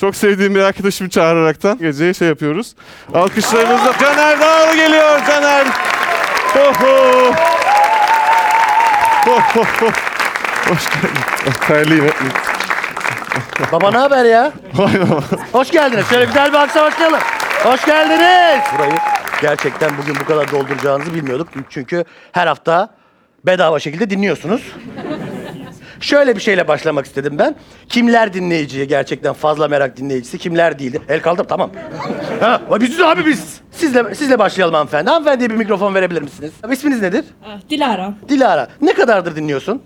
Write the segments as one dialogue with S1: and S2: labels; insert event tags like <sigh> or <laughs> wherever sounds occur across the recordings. S1: Çok sevdiğim bir arkadaşımı çağıraraktan geceye şey yapıyoruz. Alkışlarımızla Caner Dağlı geliyor Caner. Ho ho. Ho ho ho. Hoş geldin. Terliyim.
S2: Baba ne haber ya?
S1: Aynen.
S2: Hoş geldiniz. Şöyle güzel bir akşam başlayalım. Hoş geldiniz. Burayı gerçekten bugün bu kadar dolduracağınızı bilmiyorduk. Çünkü her hafta bedava şekilde dinliyorsunuz. Şöyle bir şeyle başlamak istedim ben. Kimler dinleyiciye gerçekten fazla merak dinleyicisi, kimler değildi? El kaldır tamam. ha, biziz abi biz. Sizle, sizle başlayalım hanımefendi. Hanımefendiye bir mikrofon verebilir misiniz? İsminiz nedir?
S3: Ah, Dilara.
S2: Dilara. Ne kadardır dinliyorsun?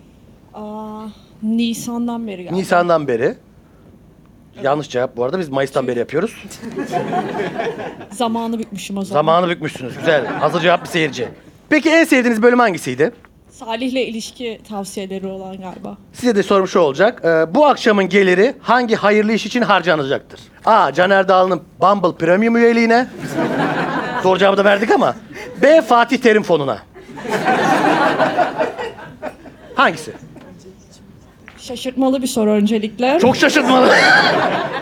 S3: Aa, Nisan'dan beri geldi.
S2: Nisan'dan beri. Yanlış cevap bu arada biz Mayıs'tan beri yapıyoruz.
S3: Zamanı bitmişim o zaman.
S2: Zamanı bükmüşsünüz. Güzel. Hazır cevap bir seyirci. Peki en sevdiğiniz bölüm hangisiydi?
S3: Salih'le ilişki tavsiyeleri olan galiba.
S2: Size de sorum şu olacak. Ee, bu akşamın geliri hangi hayırlı iş için harcanacaktır? A. Caner Dağlı'nın Bumble Premium üyeliğine. Zor cevabı da verdik ama. B. Fatih Terim Fonu'na. Hangisi?
S3: Şaşırtmalı bir soru öncelikle.
S2: Çok şaşırtmalı.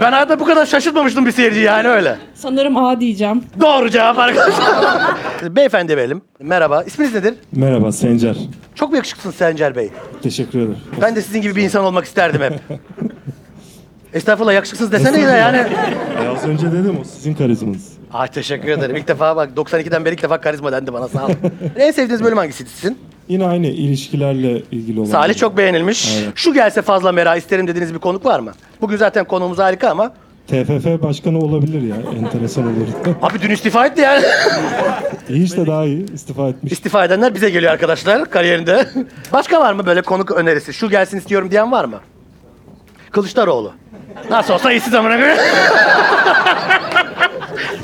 S2: ben hayatta bu kadar şaşırtmamıştım bir seyirci yani öyle.
S3: Sanırım A diyeceğim.
S2: Doğru cevap arkadaşlar. Beyefendi verelim. Merhaba. İsminiz nedir?
S4: Merhaba Sencer.
S2: Çok mu yakışıklısınız Sencer Bey?
S4: Teşekkür ederim.
S2: Ben de sizin gibi bir insan olmak isterdim <laughs> hep. Estağfurullah yakışıksız desene de <laughs> yani.
S4: E, az önce dedim o sizin karizmanız.
S2: Ay Ah, teşekkür ederim. İlk defa bak 92'den beri ilk defa karizma dendi bana sağ olun. <laughs> en sevdiğiniz bölüm hangisiydi sizin?
S4: Yine aynı ilişkilerle ilgili olan.
S2: Salih çok beğenilmiş.
S4: Aynen.
S2: Şu gelse fazla merak isterim dediğiniz bir konuk var mı? Bugün zaten konuğumuz harika ama.
S4: TFF başkanı olabilir ya. Enteresan olur.
S2: <laughs> Abi dün istifa etti yani.
S4: iyi işte daha iyi. istifa etmiş.
S2: istifa edenler bize geliyor arkadaşlar kariyerinde. <laughs> Başka var mı böyle konuk önerisi? Şu gelsin istiyorum diyen var mı? Kılıçdaroğlu. Nasıl olsa iyisi zamana göre. <laughs>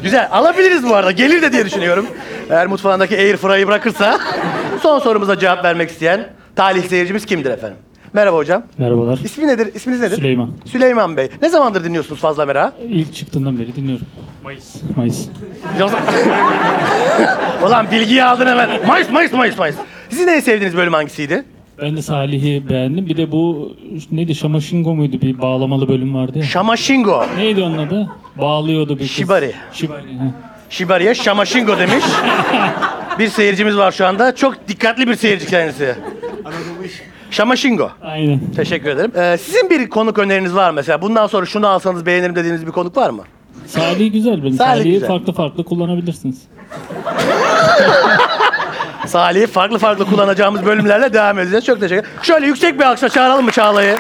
S2: Güzel. Alabiliriz bu arada. Gelir de diye düşünüyorum. Eğer mutfağındaki air fryer'ı bırakırsa. Son sorumuza cevap vermek isteyen talih seyircimiz kimdir efendim? Merhaba hocam.
S5: Merhabalar.
S2: İsmi nedir? İsminiz nedir?
S5: Süleyman.
S2: Süleyman Bey. Ne zamandır dinliyorsunuz Fazla Mera?
S5: İlk çıktığından beri dinliyorum. Mayıs. Mayıs.
S2: <laughs> Ulan bilgiyi aldın hemen. Mayıs, Mayıs, Mayıs, Mayıs. Sizin en sevdiğiniz bölüm hangisiydi?
S5: Ben de Salih'i beğendim. Bir de bu neydi? Şamaşingo muydu? Bir bağlamalı bölüm vardı ya.
S2: Şamaşingo.
S5: neydi onun adı? Bağlıyordu bir kız.
S2: Shibari.
S5: Shibari. ha.
S2: Shibari'ye Şamaşingo demiş. bir seyircimiz var şu anda. Çok dikkatli bir seyirci kendisi. Şamaşingo.
S5: Aynen.
S2: Teşekkür ederim. Ee, sizin bir konuk öneriniz var mı? mesela. Bundan sonra şunu alsanız beğenirim dediğiniz bir konuk var mı?
S5: Salih güzel benim.
S2: Salih
S5: Salih'i
S2: güzel.
S5: farklı farklı kullanabilirsiniz.
S2: Salih'i farklı farklı kullanacağımız bölümlerle devam edeceğiz. Çok teşekkür ederim. Şöyle yüksek bir alkışla çağıralım mı Çağla'yı?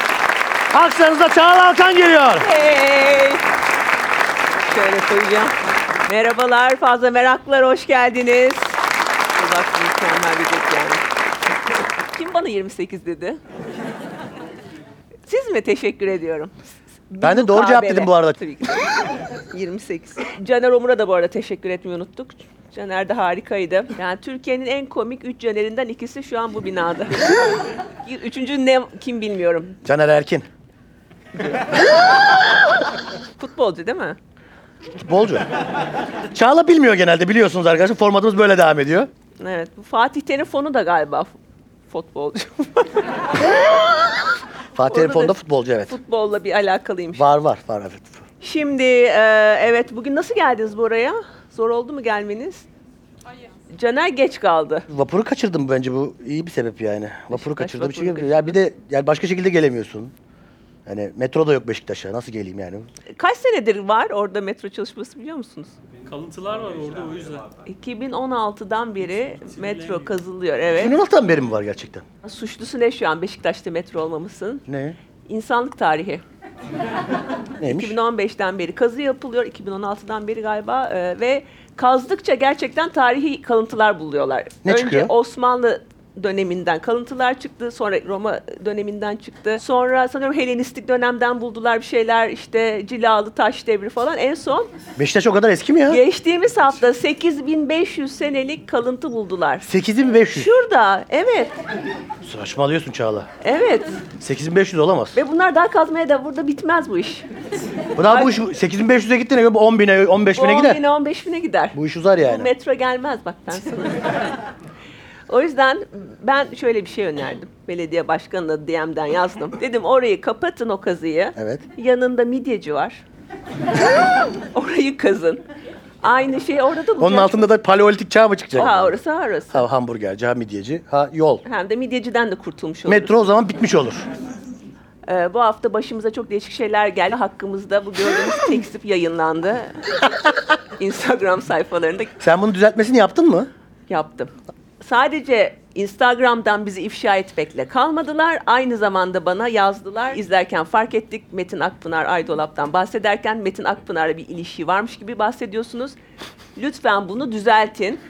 S2: Alkışlarınızla Çağla Alkan geliyor.
S6: Hey! Şöyle koyacağım. Merhabalar, fazla meraklılar hoş geldiniz. Bak mükemmel bir tek yani. Kim bana 28 dedi? Siz mi? Teşekkür ediyorum.
S2: Ben de doğru cevap
S6: Mukabele.
S2: dedim bu arada.
S6: Tabii ki. 28. Caner Omur'a da bu arada teşekkür etmeyi unuttuk. Caner de harikaydı. Yani Türkiye'nin en komik 3 Caner'inden ikisi şu an bu binada. <laughs> Üçüncü ne kim bilmiyorum.
S2: Caner Erkin.
S6: Futbolcu değil mi?
S2: Bolcu. Çağla bilmiyor genelde biliyorsunuz arkadaşlar. Formatımız böyle devam ediyor.
S6: Evet. Bu Fatih Terim fonu da galiba f- futbolcu. <laughs>
S2: Fatih
S6: Orada
S2: Telefon'da
S6: da-
S2: futbolcu evet.
S6: Futbolla bir alakalıymış.
S2: Var var var evet.
S6: Şimdi e, evet bugün nasıl geldiniz buraya? Zor oldu mu gelmeniz? Caner geç kaldı.
S2: Vapuru kaçırdım bence bu iyi bir sebep yani. Vapuru
S6: Beşiktaş
S2: kaçırdım
S6: vapuru
S2: çünkü ya bir de yani başka şekilde gelemiyorsun. Yani metro da yok Beşiktaş'a. Nasıl geleyim yani?
S6: Kaç senedir var orada metro çalışması biliyor musunuz?
S7: Kalıntılar var orada o yüzden.
S6: 2016'dan beri metro kazılıyor evet.
S2: 2016'dan beri mi var gerçekten?
S6: Suçlusu ne şu an Beşiktaş'ta metro olmamasın?
S2: Ne?
S6: İnsanlık tarihi.
S2: Neymiş?
S6: 2015'ten beri kazı yapılıyor. 2016'dan beri galiba e, ve kazdıkça gerçekten tarihi kalıntılar buluyorlar.
S2: Ne
S6: Önce
S2: çıkıyor?
S6: Osmanlı döneminden kalıntılar çıktı. Sonra Roma döneminden çıktı. Sonra sanıyorum Helenistik dönemden buldular bir şeyler. işte cilalı taş devri falan. En son
S2: Beşiktaş o kadar eski mi ya?
S6: geçtiğimiz hafta 8500 senelik kalıntı buldular.
S2: 8500.
S6: Şurada evet
S2: Saçmalıyorsun Çağla.
S6: evet
S2: 8500 olamaz.
S6: ve bunlar daha kazmaya da burada bitmez bu iş.
S2: Bu daha bu iş 8500'e gittiğine göre bu 10.000'e 15.000'e
S6: Bu 10
S2: gider.
S6: bine 15 bine gider.
S2: Bu iş uzar
S6: Bu
S2: yani.
S6: metro gelmez bak ben sana. o yüzden ben şöyle bir şey önerdim. Belediye başkanına DM'den yazdım. Dedim orayı kapatın o kazıyı.
S2: Evet.
S6: Yanında midyeci var. <laughs> Orayı kazın. Aynı şey orada da bu.
S2: Onun
S6: can-
S2: altında da paleolitik çağ mı çıkacak?
S6: Ha orası orası.
S2: Ha, hamburgerci, ha midyeci, ha yol.
S6: Hem de midyeciden de kurtulmuş oluruz.
S2: Metro o zaman bitmiş olur.
S6: Ee, bu hafta başımıza çok değişik şeyler geldi. Hakkımızda bu gördüğünüz <laughs> tekstip yayınlandı.
S2: <laughs>
S6: Instagram sayfalarında
S2: Sen bunu düzeltmesini yaptın mı?
S6: yaptım. Sadece Instagram'dan bizi ifşa etmekle kalmadılar. Aynı zamanda bana yazdılar. İzlerken fark ettik. Metin Akpınar Aydolap'tan bahsederken Metin Akpınar'la bir ilişki varmış gibi bahsediyorsunuz. Lütfen bunu düzeltin.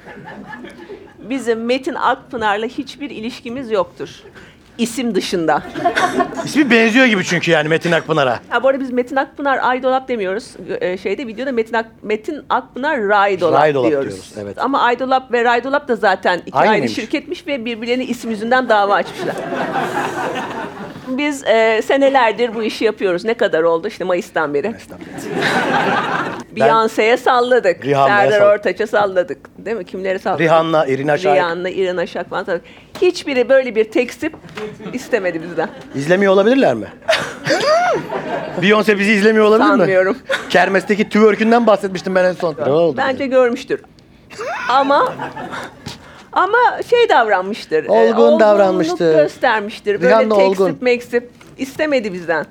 S6: Bizim Metin Akpınar'la hiçbir ilişkimiz yoktur. İsim dışında.
S2: İsmi benziyor gibi çünkü yani Metin Akpınar'a.
S6: Ha, bu arada biz Metin Akpınar ay dolap demiyoruz. Ee, şeyde videoda Metin, Ak- Metin Akpınar ray dolap,
S2: Ray dolap
S6: diyoruz.
S2: diyoruz, evet.
S6: Ama ay dolap ve ray dolap da zaten iki
S2: Aynı
S6: ayrı
S2: mıymış?
S6: şirketmiş ve birbirlerine isim yüzünden dava açmışlar. <laughs> biz e, senelerdir bu işi yapıyoruz. Ne kadar oldu? İşte Mayıs'tan beri. <laughs> Beyoncé'ye salladık.
S2: Rihanna'ya
S6: Serdar
S2: salladık.
S6: Ortaç'a salladık. Değil mi? Kimleri salladık?
S2: Rihanna, Erin Aşağı.
S6: Rihanna, İrina Şakman salladık. Hiçbiri böyle bir tekstip istemedi bizden.
S2: İzlemiyor olabilirler
S6: <laughs>
S2: mi? Beyoncé bizi izlemiyor olabilir mi?
S6: Sanmıyorum.
S2: <laughs> Kermesteki twerk'ünden bahsetmiştim ben en son. Ne oldu?
S6: Bence görmüştür. Ama ama şey davranmıştır. e,
S2: Olgun
S6: olgunluk
S2: davranmıştır.
S6: göstermiştir. Böyle
S2: Rihanna
S6: tekstip
S2: olgun.
S6: meksip istemedi bizden.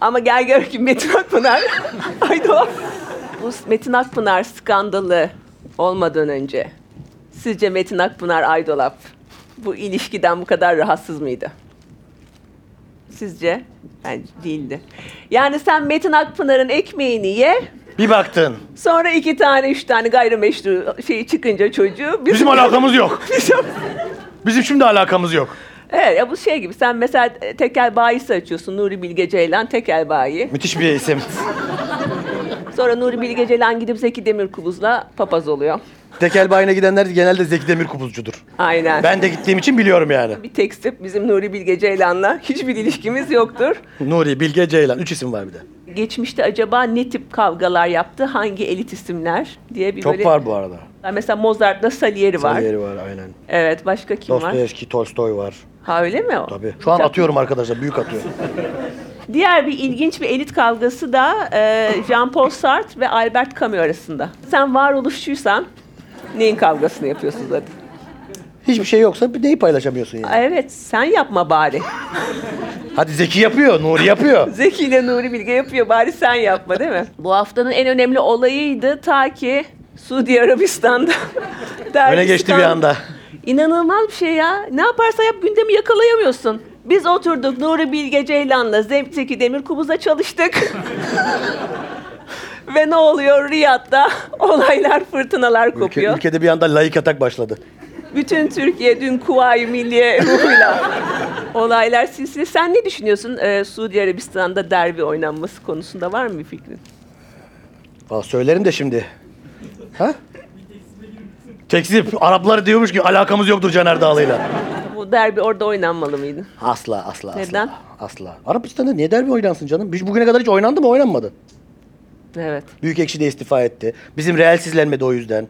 S6: Ama gel gör ki Metin Akpınar. <laughs> Haydi o. Bu Metin Akpınar skandalı olmadan önce sizce Metin Akpınar Aydolap bu ilişkiden bu kadar rahatsız mıydı? Sizce? Bence değildi. Yani sen Metin Akpınar'ın ekmeğini ye,
S2: Bir baktın.
S6: Sonra iki tane, üç tane gayrimeşru şey çıkınca çocuğu... biz-
S2: Bizim
S6: <laughs>
S2: alakamız yok.
S6: Bizim-
S2: Bizim şimdi alakamız yok.
S6: evet ya bu şey gibi sen mesela tekel bayisi açıyorsun Nuri Bilge Ceylan tekel bayi.
S2: Müthiş bir isim.
S6: Sonra Nuri Bilge Ceylan gidip Zeki Demirkubuz'la papaz oluyor.
S2: Tekel bayine gidenler genelde Zeki Demir kubuzcudur.
S6: Aynen.
S2: Ben de gittiğim için biliyorum yani.
S6: Bir tekstip bizim Nuri Bilge Ceylan'la hiçbir ilişkimiz yoktur.
S2: Nuri, Bilge, Ceylan. Üç isim var bir de.
S6: Geçmişte acaba ne tip kavgalar yaptı? Hangi elit isimler diye bir
S2: Çok
S6: böyle...
S2: var bu arada.
S6: Mesela Mozart'la Salieri var.
S2: Salieri var aynen.
S6: Evet başka kim var?
S2: Dostoyevski, Tolstoy var.
S6: Ha öyle mi o?
S2: Tabii. Şu an atıyorum arkadaşlar. Büyük atıyorum.
S6: Diğer bir ilginç bir elit kavgası da e, Jean-Paul Sartre ve Albert Camus arasında. Sen varoluşçuysan neyin kavgasını yapıyorsun zaten?
S2: Hiçbir şey yoksa bir neyi paylaşamıyorsun yani?
S6: Aa, Evet, sen yapma bari. <laughs>
S2: Hadi Zeki yapıyor, Nuri yapıyor.
S6: Zeki ile Nuri Bilge yapıyor, bari sen yapma değil mi? Bu haftanın en önemli olayıydı ta ki Suudi Arabistan'da.
S2: Öne geçti bir
S6: Dergistan-
S2: anda.
S6: İnanılmaz bir şey ya. Ne yaparsan yap gündemi yakalayamıyorsun. Biz oturduk Nuri Bilge Ceylan'la Zeki Demirkubuz'a çalıştık. <laughs> Ve ne oluyor Riyad'da? Olaylar, fırtınalar
S2: Ülke-
S6: kopuyor.
S2: ülkede bir anda layık atak başladı.
S6: Bütün Türkiye dün Kuvayi Milliye ruhuyla. <laughs> Olaylar silsile. Sen ne düşünüyorsun e, Suudi Arabistan'da derbi oynanması konusunda var mı bir fikrin?
S2: Aa, söylerim de şimdi. Ha? Tekzip. Araplar diyormuş ki alakamız yoktur Caner Dağlı'yla.
S6: Bu derbi orada oynanmalı mıydı?
S2: Asla asla asla.
S6: Neden?
S2: Asla. Arapistan'da niye derbi oynansın canım? Biz bugüne kadar hiç oynandı mı oynanmadı.
S6: Evet.
S2: Büyük ekşi de istifa etti. Bizim Real sizlenmedi o yüzden.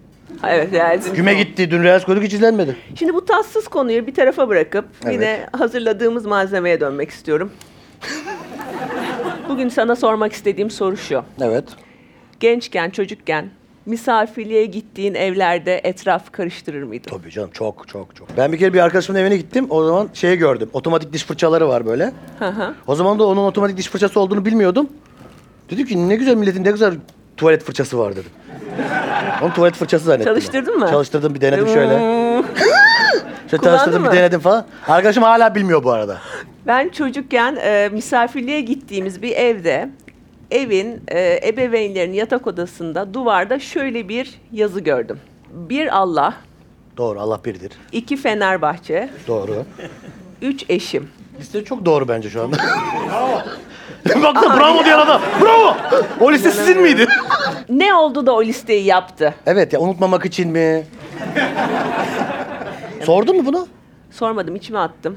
S6: Evet. yani-
S2: Güme gitti. Dün Real koyduk hiç izlenmedi.
S6: Şimdi bu tatsız konuyu bir tarafa bırakıp yine hazırladığımız malzemeye dönmek istiyorum. Bugün sana sormak istediğim soru şu.
S2: Evet.
S6: Gençken, çocukken misafirliğe gittiğin evlerde etraf karıştırır mıydın?
S2: Tabii canım çok çok çok. Ben bir kere bir arkadaşımın evine gittim. O zaman şeyi gördüm. Otomatik diş fırçaları var böyle.
S6: Hı hı.
S2: O zaman da onun otomatik diş fırçası olduğunu bilmiyordum. Dedim ki ne güzel milletin ne güzel tuvalet fırçası var dedim. Onun tuvalet fırçası zannettim. ben.
S6: Çalıştırdın mı?
S2: Çalıştırdım bir denedim şöyle. Şöyle
S6: Kullandı
S2: çalıştırdım
S6: mı?
S2: bir denedim falan. Arkadaşım hala bilmiyor bu arada.
S6: Ben çocukken e, misafirliğe gittiğimiz bir evde evin e, ebeveynlerinin yatak odasında duvarda şöyle bir yazı gördüm. Bir Allah,
S2: Doğru Allah birdir.
S6: iki Fenerbahçe,
S2: Doğru.
S6: üç eşim.
S2: Liste çok doğru bence şu anda. <laughs> Bak da bravo diyen adam. Bravo. O liste sizin miydi?
S6: Ne oldu da o listeyi yaptı?
S2: evet ya unutmamak için mi? Sordun mu bunu?
S6: Sormadım içime attım.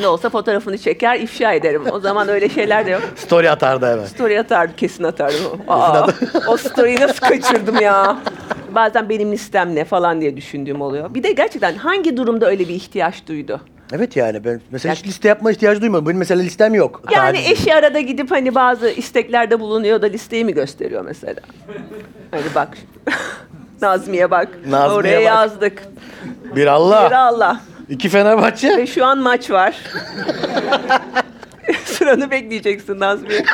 S6: Ne olsa fotoğrafını çeker ifşa ederim. O zaman öyle şeyler de yok.
S2: Story atardı hemen.
S6: Story atardım kesin atardım. Aa, o story'i nasıl kaçırdım ya? Bazen benim listem ne falan diye düşündüğüm oluyor. Bir de gerçekten hangi durumda öyle bir ihtiyaç duydu?
S2: Evet yani ben mesela hiç liste yapma ihtiyacı duymadım. Benim mesela listem yok.
S6: Yani
S2: Tarih-
S6: eşi arada gidip hani bazı isteklerde bulunuyor da listeyi mi gösteriyor mesela? Hani bak. <laughs> Nazmiye bak.
S2: Nazmiye
S6: Oraya
S2: bak.
S6: yazdık.
S2: Bir Allah.
S6: Bir Allah.
S2: İki Fenerbahçe.
S6: Ve şu an maç var. <laughs> Sıranı bekleyeceksin Nazmiye.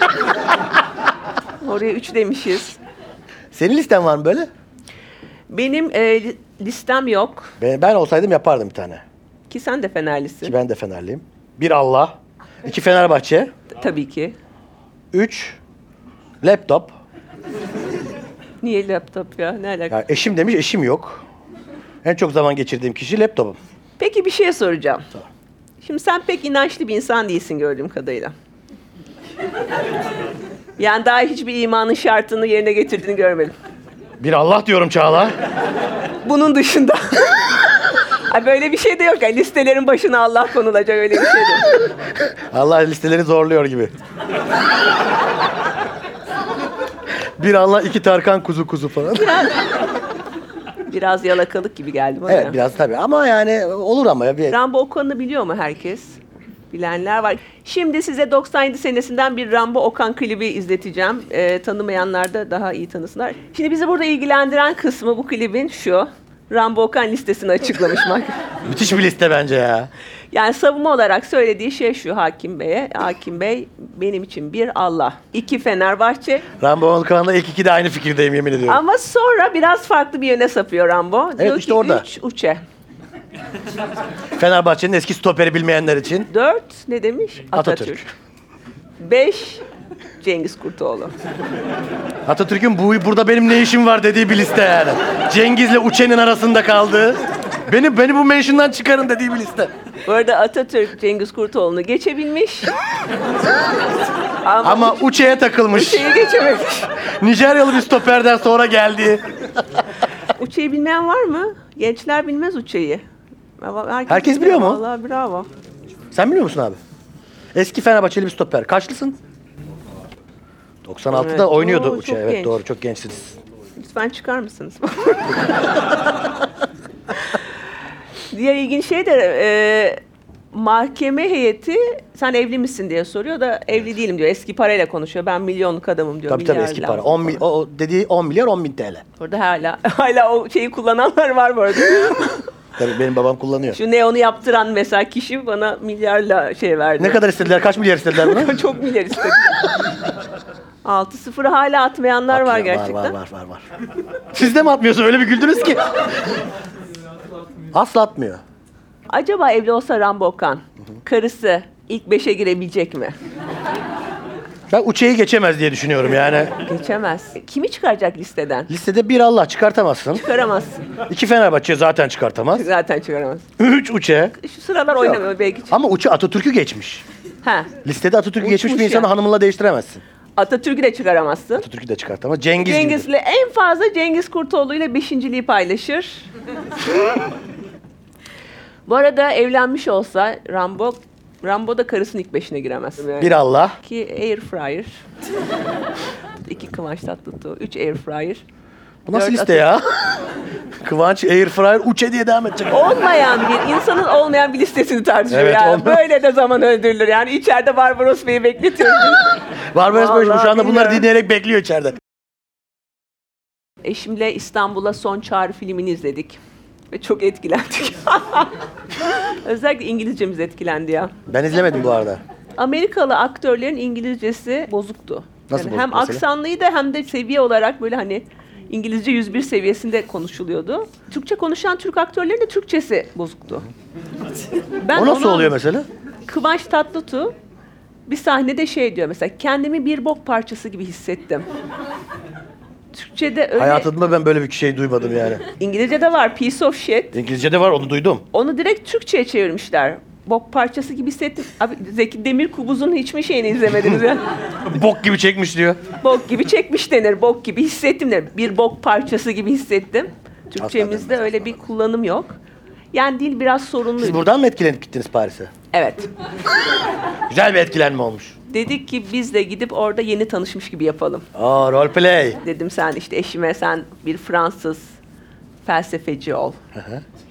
S6: Oraya üç demişiz.
S2: Senin listen var mı böyle?
S6: Benim e, li- listem yok.
S2: Ben, ben olsaydım yapardım bir tane.
S6: Ki sen de Fenerlisin.
S2: Ki ben de Fenerliyim. Bir Allah. iki Fenerbahçe.
S6: Tabii ki.
S2: Üç laptop.
S6: Niye laptop ya? Ne alaka?
S2: Yani eşim demiş eşim yok. En çok zaman geçirdiğim kişi laptopum.
S6: Peki bir şey soracağım. Şimdi sen pek inançlı bir insan değilsin gördüğüm kadarıyla. Yani daha hiçbir imanın şartını yerine getirdiğini görmedim.
S2: Bir Allah diyorum Çağla.
S6: Bunun dışında. <laughs> Ay böyle bir şey de yok. Yani listelerin başına Allah konulacak öyle bir şey de. yok.
S2: Allah listeleri zorluyor gibi. bir Allah iki Tarkan kuzu kuzu falan.
S6: Biraz yalakalık gibi geldi bana.
S2: Evet biraz tabii ama yani olur ama ya bir
S6: Rambo Okan'ı biliyor mu herkes? Bilenler var. Şimdi size 97 senesinden bir Rambo Okan klibi izleteceğim. Ee, tanımayanlar da daha iyi tanısınlar. Şimdi bizi burada ilgilendiren kısmı bu klibin şu. Rambo Okan
S2: <laughs>
S6: listesini açıklamış bak.
S2: müthiş bir liste bence ya.
S6: Yani savunma olarak söylediği şey şu Hakim Bey'e. Hakim Bey benim için bir Allah, iki Fenerbahçe.
S2: Rambo Volkan'la ilk iki de aynı fikirdeyim yemin ediyorum.
S6: Ama sonra biraz farklı bir yöne sapıyor Rambo. Evet,
S2: işte orada.
S6: Üç uçe.
S2: Fenerbahçe'nin eski stoperi bilmeyenler için.
S6: Dört ne demiş?
S2: Atatürk.
S6: Beş Cengiz Kurtoğlu.
S2: Atatürk'ün bu burada benim ne işim var dediği bir liste yani. Cengiz'le Uçen'in arasında kaldığı. Beni beni bu mention'dan çıkarın dediği bir liste.
S6: Bu arada Atatürk Cengiz Kurtoğlu'nu geçebilmiş. Ama,
S2: Ama Uçe'ye takılmış.
S6: şeyi geçememiş.
S2: Nijeryalı bir stoperden sonra geldi.
S6: Uçayı bilmeyen var mı? Gençler bilmez uçayı. Ama
S2: Herkes biliyor mu?
S6: Vallahi bravo.
S2: Sen biliyor musun abi? Eski Fenerbahçeli bir stoper. Kaçlısın? 96'da
S6: Evet.
S2: oynuyordu
S6: Oo,
S2: Uçe.
S6: çok
S2: Evet
S6: genç.
S2: doğru çok gençsiniz.
S6: Lütfen çıkar mısınız? Diğer ilginç şey de e, mahkeme heyeti sen evli misin diye soruyor da evli değilim diyor. Eski parayla konuşuyor. Ben milyonluk adamım diyor.
S2: Tabii tabii eski
S6: milyarlar
S2: para. 10 mi- o, o dediği 10 milyar 10 bin TL.
S6: Orada hala <laughs> hala o şeyi kullananlar var bu <laughs> arada.
S2: Tabii benim babam kullanıyor.
S6: Şu neonu yaptıran mesela kişi bana milyarla şey verdi.
S2: Ne kadar istediler? Kaç milyar istediler bunu?
S6: <laughs> Çok milyar istedim. 6-0 hala atmayanlar var gerçekten.
S2: Var var var var. <laughs> Siz de mi atmıyorsunuz? Öyle bir güldünüz ki. Asla atmıyor.
S6: Acaba evli olsa Rambo Okan, karısı ilk 5'e girebilecek mi?
S2: Ben uçeği geçemez diye düşünüyorum yani.
S6: Geçemez. Kimi çıkaracak listeden?
S2: Listede bir Allah çıkartamazsın.
S6: Çıkaramazsın.
S2: İki Fenerbahçe zaten çıkartamaz.
S6: Zaten çıkaramaz. E,
S2: Üç uçe.
S6: Şu sıralar oynamıyor belki. çık-
S2: Ama uçu Atatürk'ü geçmiş.
S6: Ha.
S2: Listede Atatürk'ü
S6: Uçmuş
S2: geçmiş bir insanı
S6: ya.
S2: hanımla değiştiremezsin.
S6: Atatürk'ü de çıkaramazsın.
S2: Atatürk'ü de çıkartamaz. Cengiz,
S6: Cengiz'le
S2: gibi.
S6: en fazla Cengiz Kurtoğlu ile beşinciliği paylaşır. Bu arada evlenmiş olsa Rambo, Rambo da karısının ilk beşine giremez.
S2: Bir Allah.
S6: İki air fryer. İki kıvanç tatlıtuğ. Üç air fryer.
S2: Bu nasıl
S6: Dört
S2: liste ya? <laughs> Kıvanç, Airfryer, Uçe diye devam edecek.
S6: Olmayan bir insanın olmayan bir listesini tartışıyor
S2: Evet,
S6: yani.
S2: olmayan-
S6: Böyle de zaman öldürülür. Yani içeride Barbaros Bey'i bekletiyoruz.
S2: Barbaros Barış
S6: Vallahi
S2: şu anda bunları
S6: bilmiyorum.
S2: dinleyerek bekliyor içeride.
S6: Eşimle İstanbul'a Son Çağrı filmini izledik. Ve çok etkilendik. <laughs> Özellikle İngilizcemiz etkilendi ya.
S2: Ben izlemedim bu arada.
S6: Amerikalı aktörlerin İngilizcesi bozuktu.
S2: Nasıl bozuk
S6: hem
S2: mesela?
S6: aksanlıydı hem de seviye olarak böyle hani İngilizce 101 seviyesinde konuşuluyordu. Türkçe konuşan Türk aktörlerin de Türkçesi
S2: <laughs>
S6: bozuktu. Ben
S2: O nasıl
S6: onu-
S2: oluyor mesela?
S6: Kıvanç Tatlıtuğ bir sahnede şey diyor mesela kendimi bir bok parçası gibi hissettim. Türkçe'de öyle,
S2: Hayatımda ben böyle bir şey duymadım yani.
S6: İngilizce'de var piece of shit.
S2: İngilizce'de var onu duydum.
S6: Onu direkt Türkçe'ye çevirmişler. Bok parçası gibi hissettim. Abi Zeki Demirkubuz'un hiçbir şeyini izlemediniz ya.
S2: Bok gibi çekmiş diyor.
S6: bok gibi çekmiş denir, bok gibi hissettim denir. Bir bok parçası gibi hissettim. Türkçemizde
S2: denmez,
S6: öyle bir kullanım yok. Yani dil biraz
S2: Siz
S6: sorunluydu.
S2: buradan mı etkilenip gittiniz Paris'e?
S6: Evet.
S2: Güzel bir etkilenme olmuş.
S6: Dedik ki biz de gidip orada yeni tanışmış gibi yapalım.
S2: Aa roleplay.
S6: Dedim sen işte eşime sen bir Fransız felsefeci ol.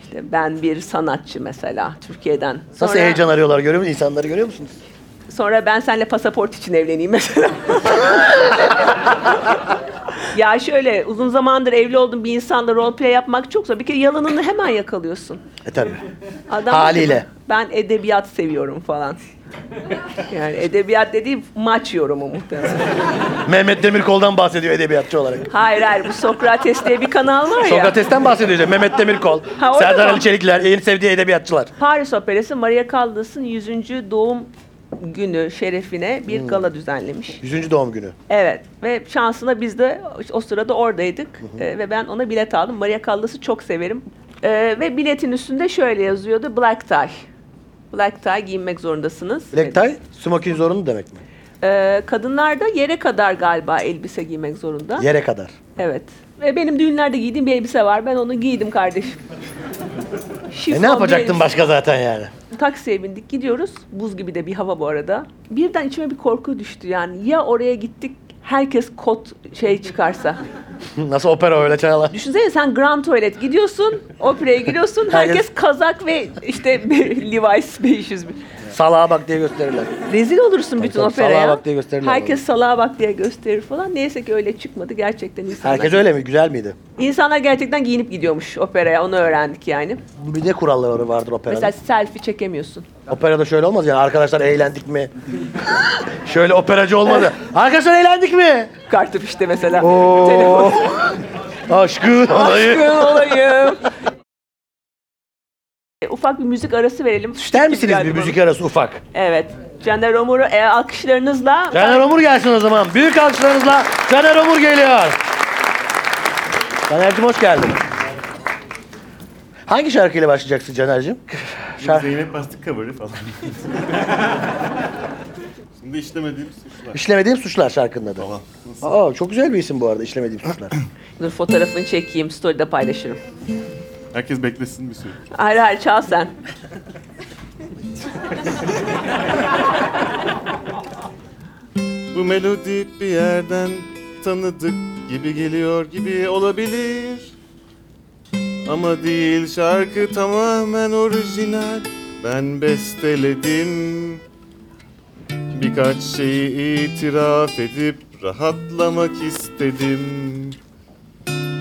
S6: İşte ben bir sanatçı mesela Türkiye'den.
S2: Nasıl
S6: Sonra-
S2: heyecan arıyorlar görüyor musunuz? İnsanları görüyor musunuz?
S6: Sonra ben seninle pasaport için evleneyim mesela. ya şöyle uzun zamandır evli olduğum bir insanla roleplay yapmak çok zor. Bir kere yalanını hemen yakalıyorsun.
S2: E tabii.
S6: Adam
S2: Haliyle.
S6: Ben edebiyat seviyorum falan. Yani edebiyat dediğim maç yorumu muhtemelen.
S2: <laughs> Mehmet Demirkol'dan bahsediyor edebiyatçı olarak.
S6: Hayır hayır bu Sokrates diye bir kanal var ya.
S2: Sokrates'ten bahsediyor. Mehmet Demirkol,
S6: Ha, orada
S2: Serdar
S6: mı?
S2: Ali Çelikler, en sevdiği edebiyatçılar.
S6: Paris Operası Maria Callas'ın 100. doğum günü şerefine bir gala düzenlemiş.
S2: 100. doğum günü.
S6: Evet ve şansına biz de o sırada oradaydık Ee, ve ben ona bilet aldım. Maria Callas'ı çok severim. Ee, ve biletin üstünde şöyle yazıyordu black tie. Black tie giyinmek zorundasınız.
S2: Black tie, smoking zorunlu demek mi?
S6: Ee, kadınlar da yere kadar galiba elbise giymek zorunda.
S2: Yere kadar. E,
S6: Evet. Ve benim düğünlerde giydiğim bir elbise var. Ben onu
S2: <laughs>
S6: giydim kardeşim.
S2: E
S6: Şifon
S2: ne
S6: bir
S2: yapacaktın
S6: elbise.
S2: başka zaten yani?
S6: Taksiye bindik gidiyoruz. Buz gibi de bir hava bu arada. Birden içime bir korku düştü yani. Ya oraya gittik herkes kot şey çıkarsa.
S2: <laughs> Nasıl opera öyle çalar?
S6: Düşünsene sen Grand Tuvalet gidiyorsun, operaya giriyorsun.
S2: Herkes-
S6: Herkes kazak ve işte <laughs> Levi's 500 bin.
S2: Salağa bak diye gösterirler.
S6: Rezil olursun bütün
S2: tabii,
S6: operaya.
S2: salağa bak diye gösterirler
S6: Herkes salağa bak diye gösterir falan. Neyse ki öyle çıkmadı gerçekten insanlar.
S2: Herkes öyle mi? Güzel miydi?
S6: İnsanlar gerçekten giyinip gidiyormuş operaya. Onu öğrendik yani.
S2: Bir de kuralları vardır operada.
S6: Mesela selfie çekemiyorsun.
S2: Operada şöyle olmaz yani arkadaşlar eğlendik mi? <laughs> şöyle operacı olmadı. <laughs> arkadaşlar eğlendik mi?
S6: Kartıp işte mesela.
S2: Oo. Aşkın olayı.
S6: Telefon olayım. E, Ufak bir müzik arası verelim.
S2: İster misiniz bir
S6: Geldi
S2: müzik
S6: bana.
S2: arası ufak?
S6: Evet. Cender Omur'u e, alkışlarınızla
S2: Caner Omur gelsin o zaman. Büyük alkışlarınızla Caner Omur geliyor. Caner'cim hoş geldin. Hangi şarkıyla başlayacaksın Caner'cim? Şarkı.
S8: Zeynep Bastık cover'ı falan. <laughs> Şimdi işlemediğim suçlar.
S2: İşlemediğim Suçlar şarkının adı.
S8: Tamam.
S2: Aa, çok güzel bir isim bu arada İşlemediğim Suçlar.
S6: Dur fotoğrafını çekeyim, story'de paylaşırım.
S8: Herkes beklesin bir süre.
S6: Hayır hayır çal sen.
S8: Bu melodi bir yerden tanıdık gibi geliyor gibi olabilir. Ama değil şarkı tamamen orijinal. Ben besteledim. Birkaç şeyi itiraf edip rahatlamak istedim.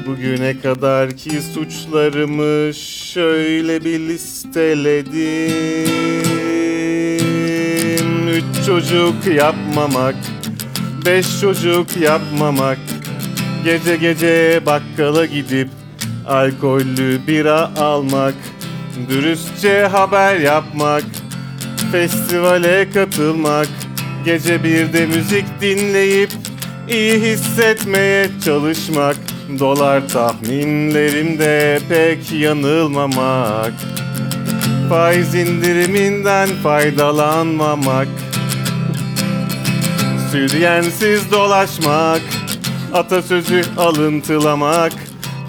S8: Bugüne kadar ki suçlarımı şöyle bir listeledim. Üç çocuk yapmamak, beş çocuk yapmamak, gece gece bakkala gidip alkollü bira almak, dürüstçe haber yapmak, Festivale katılmak, gece bir de müzik dinleyip iyi hissetmeye çalışmak, dolar tahminlerimde pek yanılmamak, faiz indiriminden faydalanmamak, sürüyensiz dolaşmak, atasözü alıntılamak,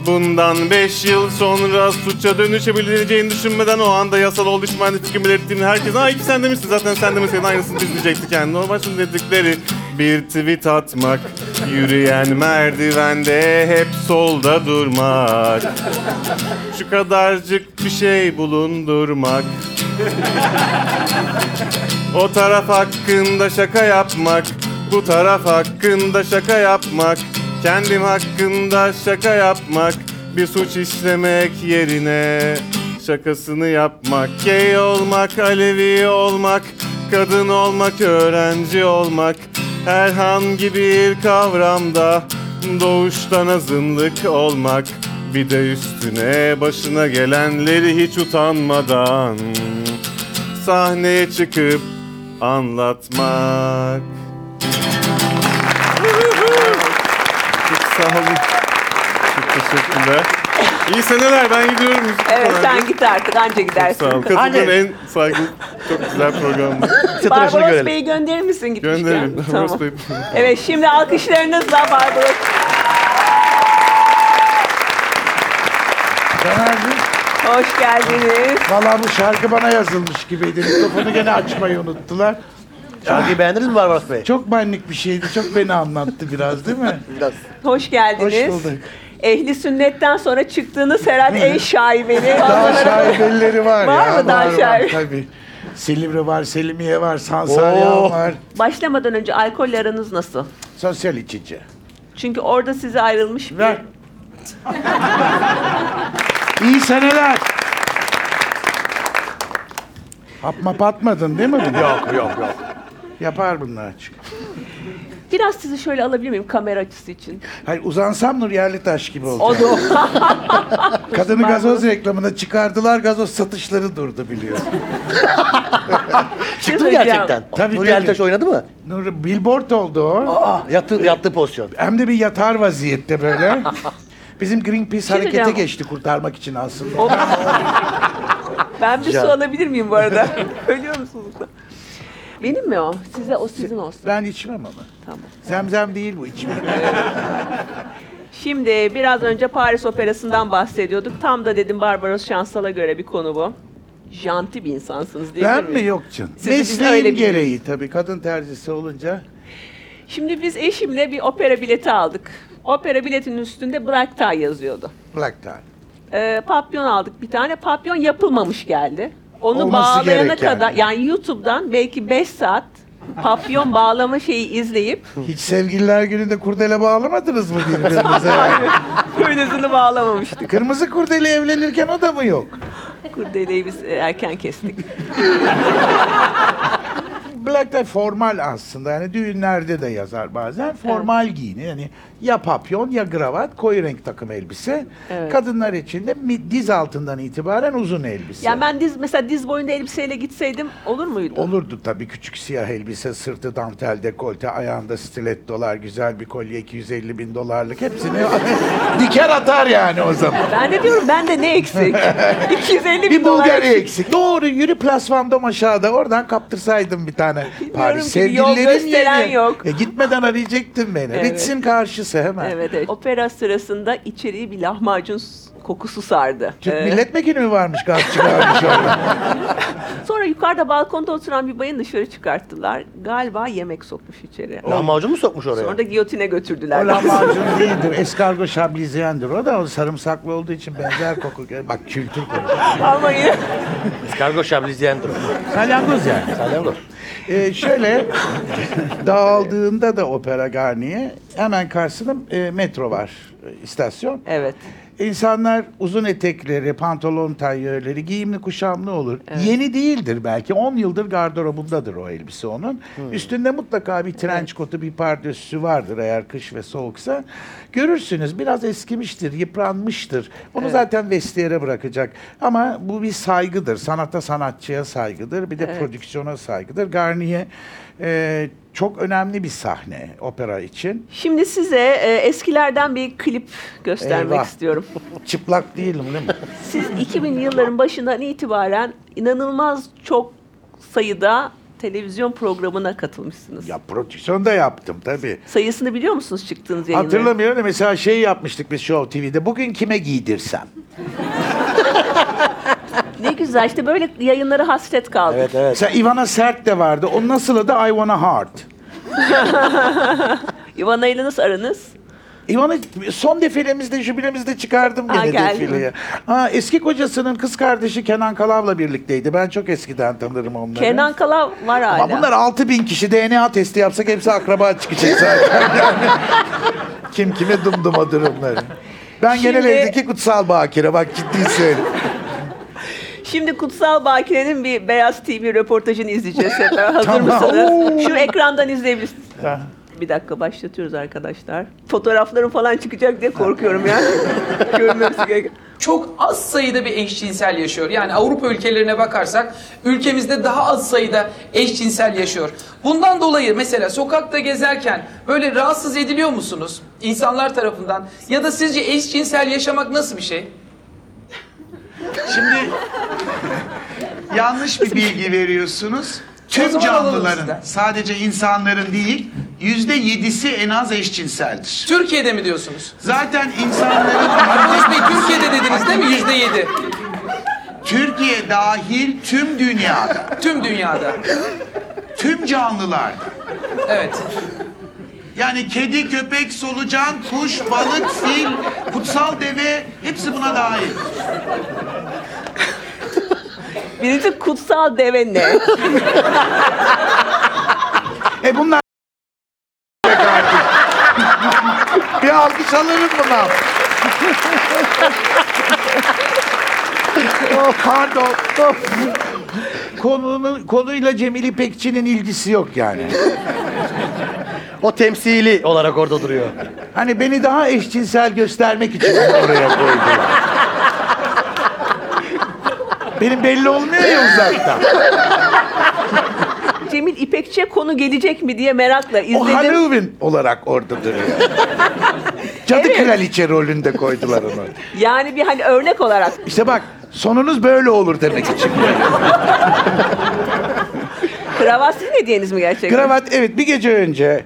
S8: Bundan 5 yıl sonra suça dönüşebileceğini düşünmeden o anda yasal olduğu için ben de fikrimi belirttiğim herkese Aa iki sen demiştin zaten sen demeseydin aynısını biz diyecektik yani normal şunu dedikleri bir tweet atmak Yürüyen merdivende hep solda durmak Şu kadarcık bir şey bulundurmak o taraf hakkında şaka yapmak, bu taraf hakkında şaka yapmak, kendim hakkında şaka yapmak, bir suç işlemek yerine şakasını yapmak, gay olmak, Alevi olmak, kadın olmak, öğrenci olmak, herhangi bir kavramda doğuştan azınlık olmak, bir de üstüne başına gelenleri hiç utanmadan sahneye çıkıp anlatmak. Çok sağ olun. Çok teşekkürler. İyi seneler ben gidiyorum. müzik
S6: Evet
S8: kulağına.
S6: sen git artık anca gidersin.
S8: Sağ olun.
S2: Hadi.
S8: Katıldığın en saygın, çok güzel programdı.
S2: Tıraşını
S6: Barbaros
S2: görelim.
S6: Bey'i gönderir misin gitmişken?
S8: Gönderirim.
S6: Tamam.
S8: Barbaros Bey.
S6: Evet şimdi alkışlarınızla Barbaros
S9: Caner'cim
S6: hoş geldiniz.
S9: valla bu şarkı bana yazılmış gibiydi. Mikrofonu gene açmayı unuttular.
S2: Şarkıyı beğendiniz mi Barbaros Bey?
S6: <laughs>
S9: Çok benlik bir şeydi. Çok beni anlattı biraz değil mi?
S2: Biraz.
S6: Hoş
S9: Hoş
S6: geldiniz.
S9: bulduk.
S6: ehli sünnetten sonra çıktığınız herhalde en şaibeli.
S9: Daha şaibelileri var,
S6: Var
S9: ya.
S6: mı daha şaibeli?
S9: Tabii. Silivri var, Selimiye var, Sansarya var.
S6: Başlamadan önce alkolle aranız nasıl?
S9: Sosyal içici.
S6: Çünkü orada size ayrılmış bir...
S9: Ver. İyi seneler. Hapma patmadın değil mi? yok yok yok. Yapar bunlar açık.
S6: Biraz sizi şöyle alabilir miyim kamera açısı için?
S9: Hayır uzansam Nur Yerlitaş gibi olacak.
S6: O da o.
S9: Kadını gazoz reklamına çıkardılar, gazoz satışları durdu biliyor.
S2: Çıktı mı gerçekten?
S9: Tabii,
S2: Nuri
S9: tabii.
S2: Eltaş oynadı mı?
S9: Nur billboard oldu o.
S2: Aa, Ah, yattı, yattığı pozisyon.
S9: Hem de bir yatar
S6: <laughs>
S9: vaziyette böyle. Bizim Greenpeace
S6: Şimdi
S9: harekete
S6: devam.
S9: geçti kurtarmak için aslında.
S6: Ben bir
S2: Rica-
S6: su alabilir miyim bu arada? <laughs> Ölüyor musunuz? Benim mi o? Size o sizin olsun.
S9: Ben içmem ama.
S6: Tamam.
S9: Zemzem değil bu içmem.
S6: Şimdi biraz önce Paris Operası'ndan bahsediyorduk. Tam da dedim Barbaros Şansal'a göre bir konu bu. Janti bir insansınız diye.
S9: ben mi yok canım?
S6: Sizin öyle
S9: Mesleğim
S6: bir- şey.
S9: gereği tabii. Kadın terzisi olunca
S6: Şimdi biz eşimle bir opera bileti aldık. Opera biletinin üstünde Black Tie yazıyordu.
S9: black tie.
S6: Ee, papyon aldık bir tane. Papyon yapılmamış geldi. Onu
S9: Olması
S6: bağlayana
S9: gerek yani.
S6: kadar yani. YouTube'dan belki 5 saat papyon bağlama şeyi izleyip <laughs>
S9: Hiç sevgililer gününde kurdele bağlamadınız mı birbirinize?
S6: <laughs> böylesini bağlamamıştık.
S9: Kırmızı kurdele evlenirken o da mı yok?
S6: Kurdeleyi biz e, erken kestik.
S9: <laughs> Black tie formal aslında. Yani düğünlerde de yazar bazen. Formal giyini. Yani ya papyon ya gravat, koyu renk takım elbise.
S6: Evet.
S9: Kadınlar için de mi- diz altından itibaren uzun elbise.
S6: Yani ben diz mesela diz boyunda elbiseyle gitseydim olur muydu?
S9: Olurdu tabii küçük siyah elbise, sırtı dantel, dekolte, ayağında stilettolar, güzel bir kolye 250 bin dolarlık hepsini <laughs> diker atar yani o zaman.
S6: Ben de diyorum ben de ne eksik?
S9: <laughs>
S6: 250 bin
S9: Bir
S6: dolar
S9: Bulgari eksik. Doğru yürü plasmandom aşağıda. Oradan kaptırsaydım bir tane. Paris
S6: ki, yol
S9: sevgililerin
S6: gösteren
S9: yeri.
S6: yok.
S9: E, gitmeden arayacaktın beni.
S6: Evet.
S9: Ritz'in karşısı hemen.
S6: Evet, evet. Opera sırasında içeriği bir lahmacun s- kokusu sardı.
S9: Türk
S6: Ee,
S9: milletvekili mi varmış gaz çıkarmış orada?
S6: Sonra yukarıda balkonda oturan bir bayın dışarı çıkarttılar. Galiba yemek sokmuş içeri.
S2: Lahmacun mu sokmuş oraya?
S6: Sonra da giyotine götürdüler. <laughs>
S9: o <laughs> lahmacun değildir. Eskargo şabliziyendir. O da o sarımsaklı olduğu için benzer koku. gel- Bak kültür koku.
S6: Ama yine
S9: <laughs>
S2: Kargo şabliziyendir.
S9: Salyangoz yani.
S2: Salyangoz.
S9: Ee, şöyle dağıldığında da opera garniye hemen karşısında e, metro var e, istasyon.
S6: evet.
S9: İnsanlar uzun etekleri, pantolon tayyörleri, giyimli kuşamlı olur. Yeni değildir belki. 10 yıldır gardırobundadır o elbise onun. Üstünde mutlaka bir trenç kotu, bir pardösü vardır eğer kış ve soğuksa. Görürsünüz biraz eskimiştir, yıpranmıştır. Onu zaten vestiyere bırakacak. Ama bu bir saygıdır. Sanata sanatçıya saygıdır. Bir de prodüksiyona saygıdır. Garnier e, çok önemli bir sahne opera için.
S6: Şimdi size e, eskilerden bir klip göstermek
S9: Eyvah.
S6: istiyorum.
S9: Çıplak değilim değil mi?
S6: Siz 2000'li yılların başından itibaren inanılmaz çok sayıda televizyon programına katılmışsınız.
S9: ya prodüksiyon da yaptım tabii.
S6: Sayısını biliyor musunuz çıktığınız yayınları?
S9: Hatırlamıyorum da mesela şey yapmıştık biz Show TV'de. Bugün kime giydirsem?
S6: Ne güzel işte böyle yayınlara hasret kaldık.
S2: Evet evet.
S9: Mesela Ivana Sert de vardı. Onun nasıl da I Wanna Heart.
S6: İvana ile nasıl aranız?
S9: İvana son defilemizde, jübilemizde çıkardım
S6: Ha,
S9: gene
S6: geldi mi?
S9: defileye. Ha, eski kocasının kız kardeşi Kenan Kalav'la birlikteydi. Ben çok eskiden tanırım onları.
S6: Kenan Kalav var hala.
S9: Ama bunlar 6000 kişi DNA testi yapsak hepsi akraba çıkacak zaten.
S6: <laughs>
S9: Yani Kim kime dumduma durumları. Ben genel
S6: Şimdi-
S9: evdeki kutsal bakire bak ciddi söylüyorum.
S6: Şimdi Kutsal Bakire'nin bir Beyaz TV röportajını izleyeceğiz.
S9: <laughs>
S6: hep beraber. Hazır
S9: Tamam.
S6: mısınız?
S9: Oo.
S6: Şu ekrandan izleyebilirsiniz. Bir dakika başlatıyoruz arkadaşlar. Fotoğraflarım falan çıkacak diye korkuyorum
S9: <laughs>
S6: ya. Görmemesi gerek.
S10: çok az sayıda bir eşcinsel yaşıyor. Yani Avrupa ülkelerine bakarsak ülkemizde daha az sayıda eşcinsel yaşıyor. Bundan dolayı mesela sokakta gezerken böyle rahatsız ediliyor musunuz insanlar tarafından? Ya da sizce eşcinsel yaşamak nasıl bir şey?
S9: Şimdi yanlış bir bilgi veriyorsunuz.
S10: O
S9: Tüm
S10: zaman alalım
S9: canlıların,
S10: sizden.
S9: sadece insanların değil, yüzde yedisi en az eşcinseldir.
S10: Türkiye'de mi diyorsunuz?
S9: Zaten insanların
S10: Barbaros Bey Türkiye'de dediniz değil mi? Yüzde yedi.
S9: Türkiye dahil tüm dünyada,
S10: Tüm dünyada.
S9: tüm canlılarda
S10: Evet.
S11: Yani kedi, köpek, solucan, kuş, balık, fil, kutsal deve hepsi buna dahil.
S6: Birinci kutsal deve ne?
S9: e bunlar Bir alkış alırım buna. <laughs> oh, pardon. Of. Konunun, konuyla Cemil İpekçi'nin ilgisi yok yani.
S2: O temsili olarak orada duruyor.
S9: Hani beni daha eşcinsel göstermek için oraya koydular. Benim belli olmuyor ya uzaktan.
S6: Cemil İpekçi'ye konu gelecek mi diye merakla
S9: O
S6: izledim.
S9: Halloween olarak orada duruyor. Cadı kraliçe rolünde koydular onu.
S6: yani bir hani örnek olarak.
S9: İşte bak sonunuz böyle olur demek için.
S6: Kravat sizin hediyeniz mi gerçekten?
S9: Kravat evet bir gece önce.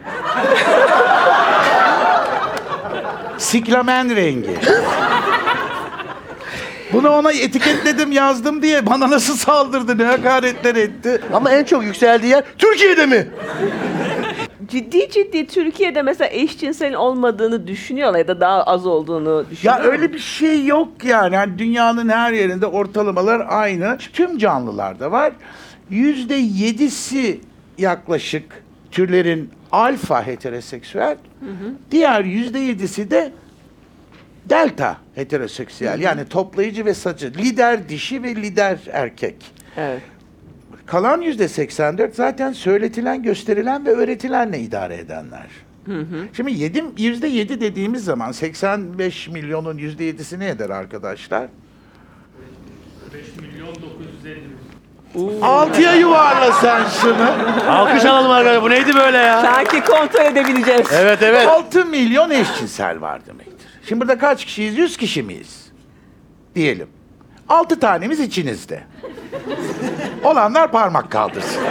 S9: Siklamen rengi. Bunu ona etiketledim yazdım diye bana nasıl saldırdı ne hakaretler etti.
S2: Ama en çok yükseldiği yer Türkiye'de mi?
S6: Ciddi ciddi Türkiye'de mesela eşcinselin olmadığını düşünüyorlar ya da daha az olduğunu
S9: Ya
S6: düşünüyorlar.
S9: öyle bir şey yok yani. Yani dünyanın her yerinde ortalamalar aynı. Tüm canlılarda var. Yüzde yedisi yaklaşık türlerin alfa heteroseksüel. Diğer yüzde yedisi de delta heteroseksüel. Yani toplayıcı ve saçı. Lider dişi ve lider erkek.
S6: Evet.
S9: Kalan yüzde 84 zaten söyletilen, gösterilen ve öğretilenle idare edenler. Şimdi yedim, yüzde yedi dediğimiz zaman 85 milyonun yüzde yedisi ne eder arkadaşlar? 6'ya yuvarla sen şunu.
S2: Alkış alalım arkadaşlar. Bu neydi böyle ya?
S6: Sanki kontrol edebileceğiz.
S2: Evet evet.
S9: 6 milyon eşcinsel var demektir. Şimdi burada kaç kişiyiz? 100 kişi miyiz? Diyelim. 6 tanemiz içinizde. Olanlar parmak kaldırsın.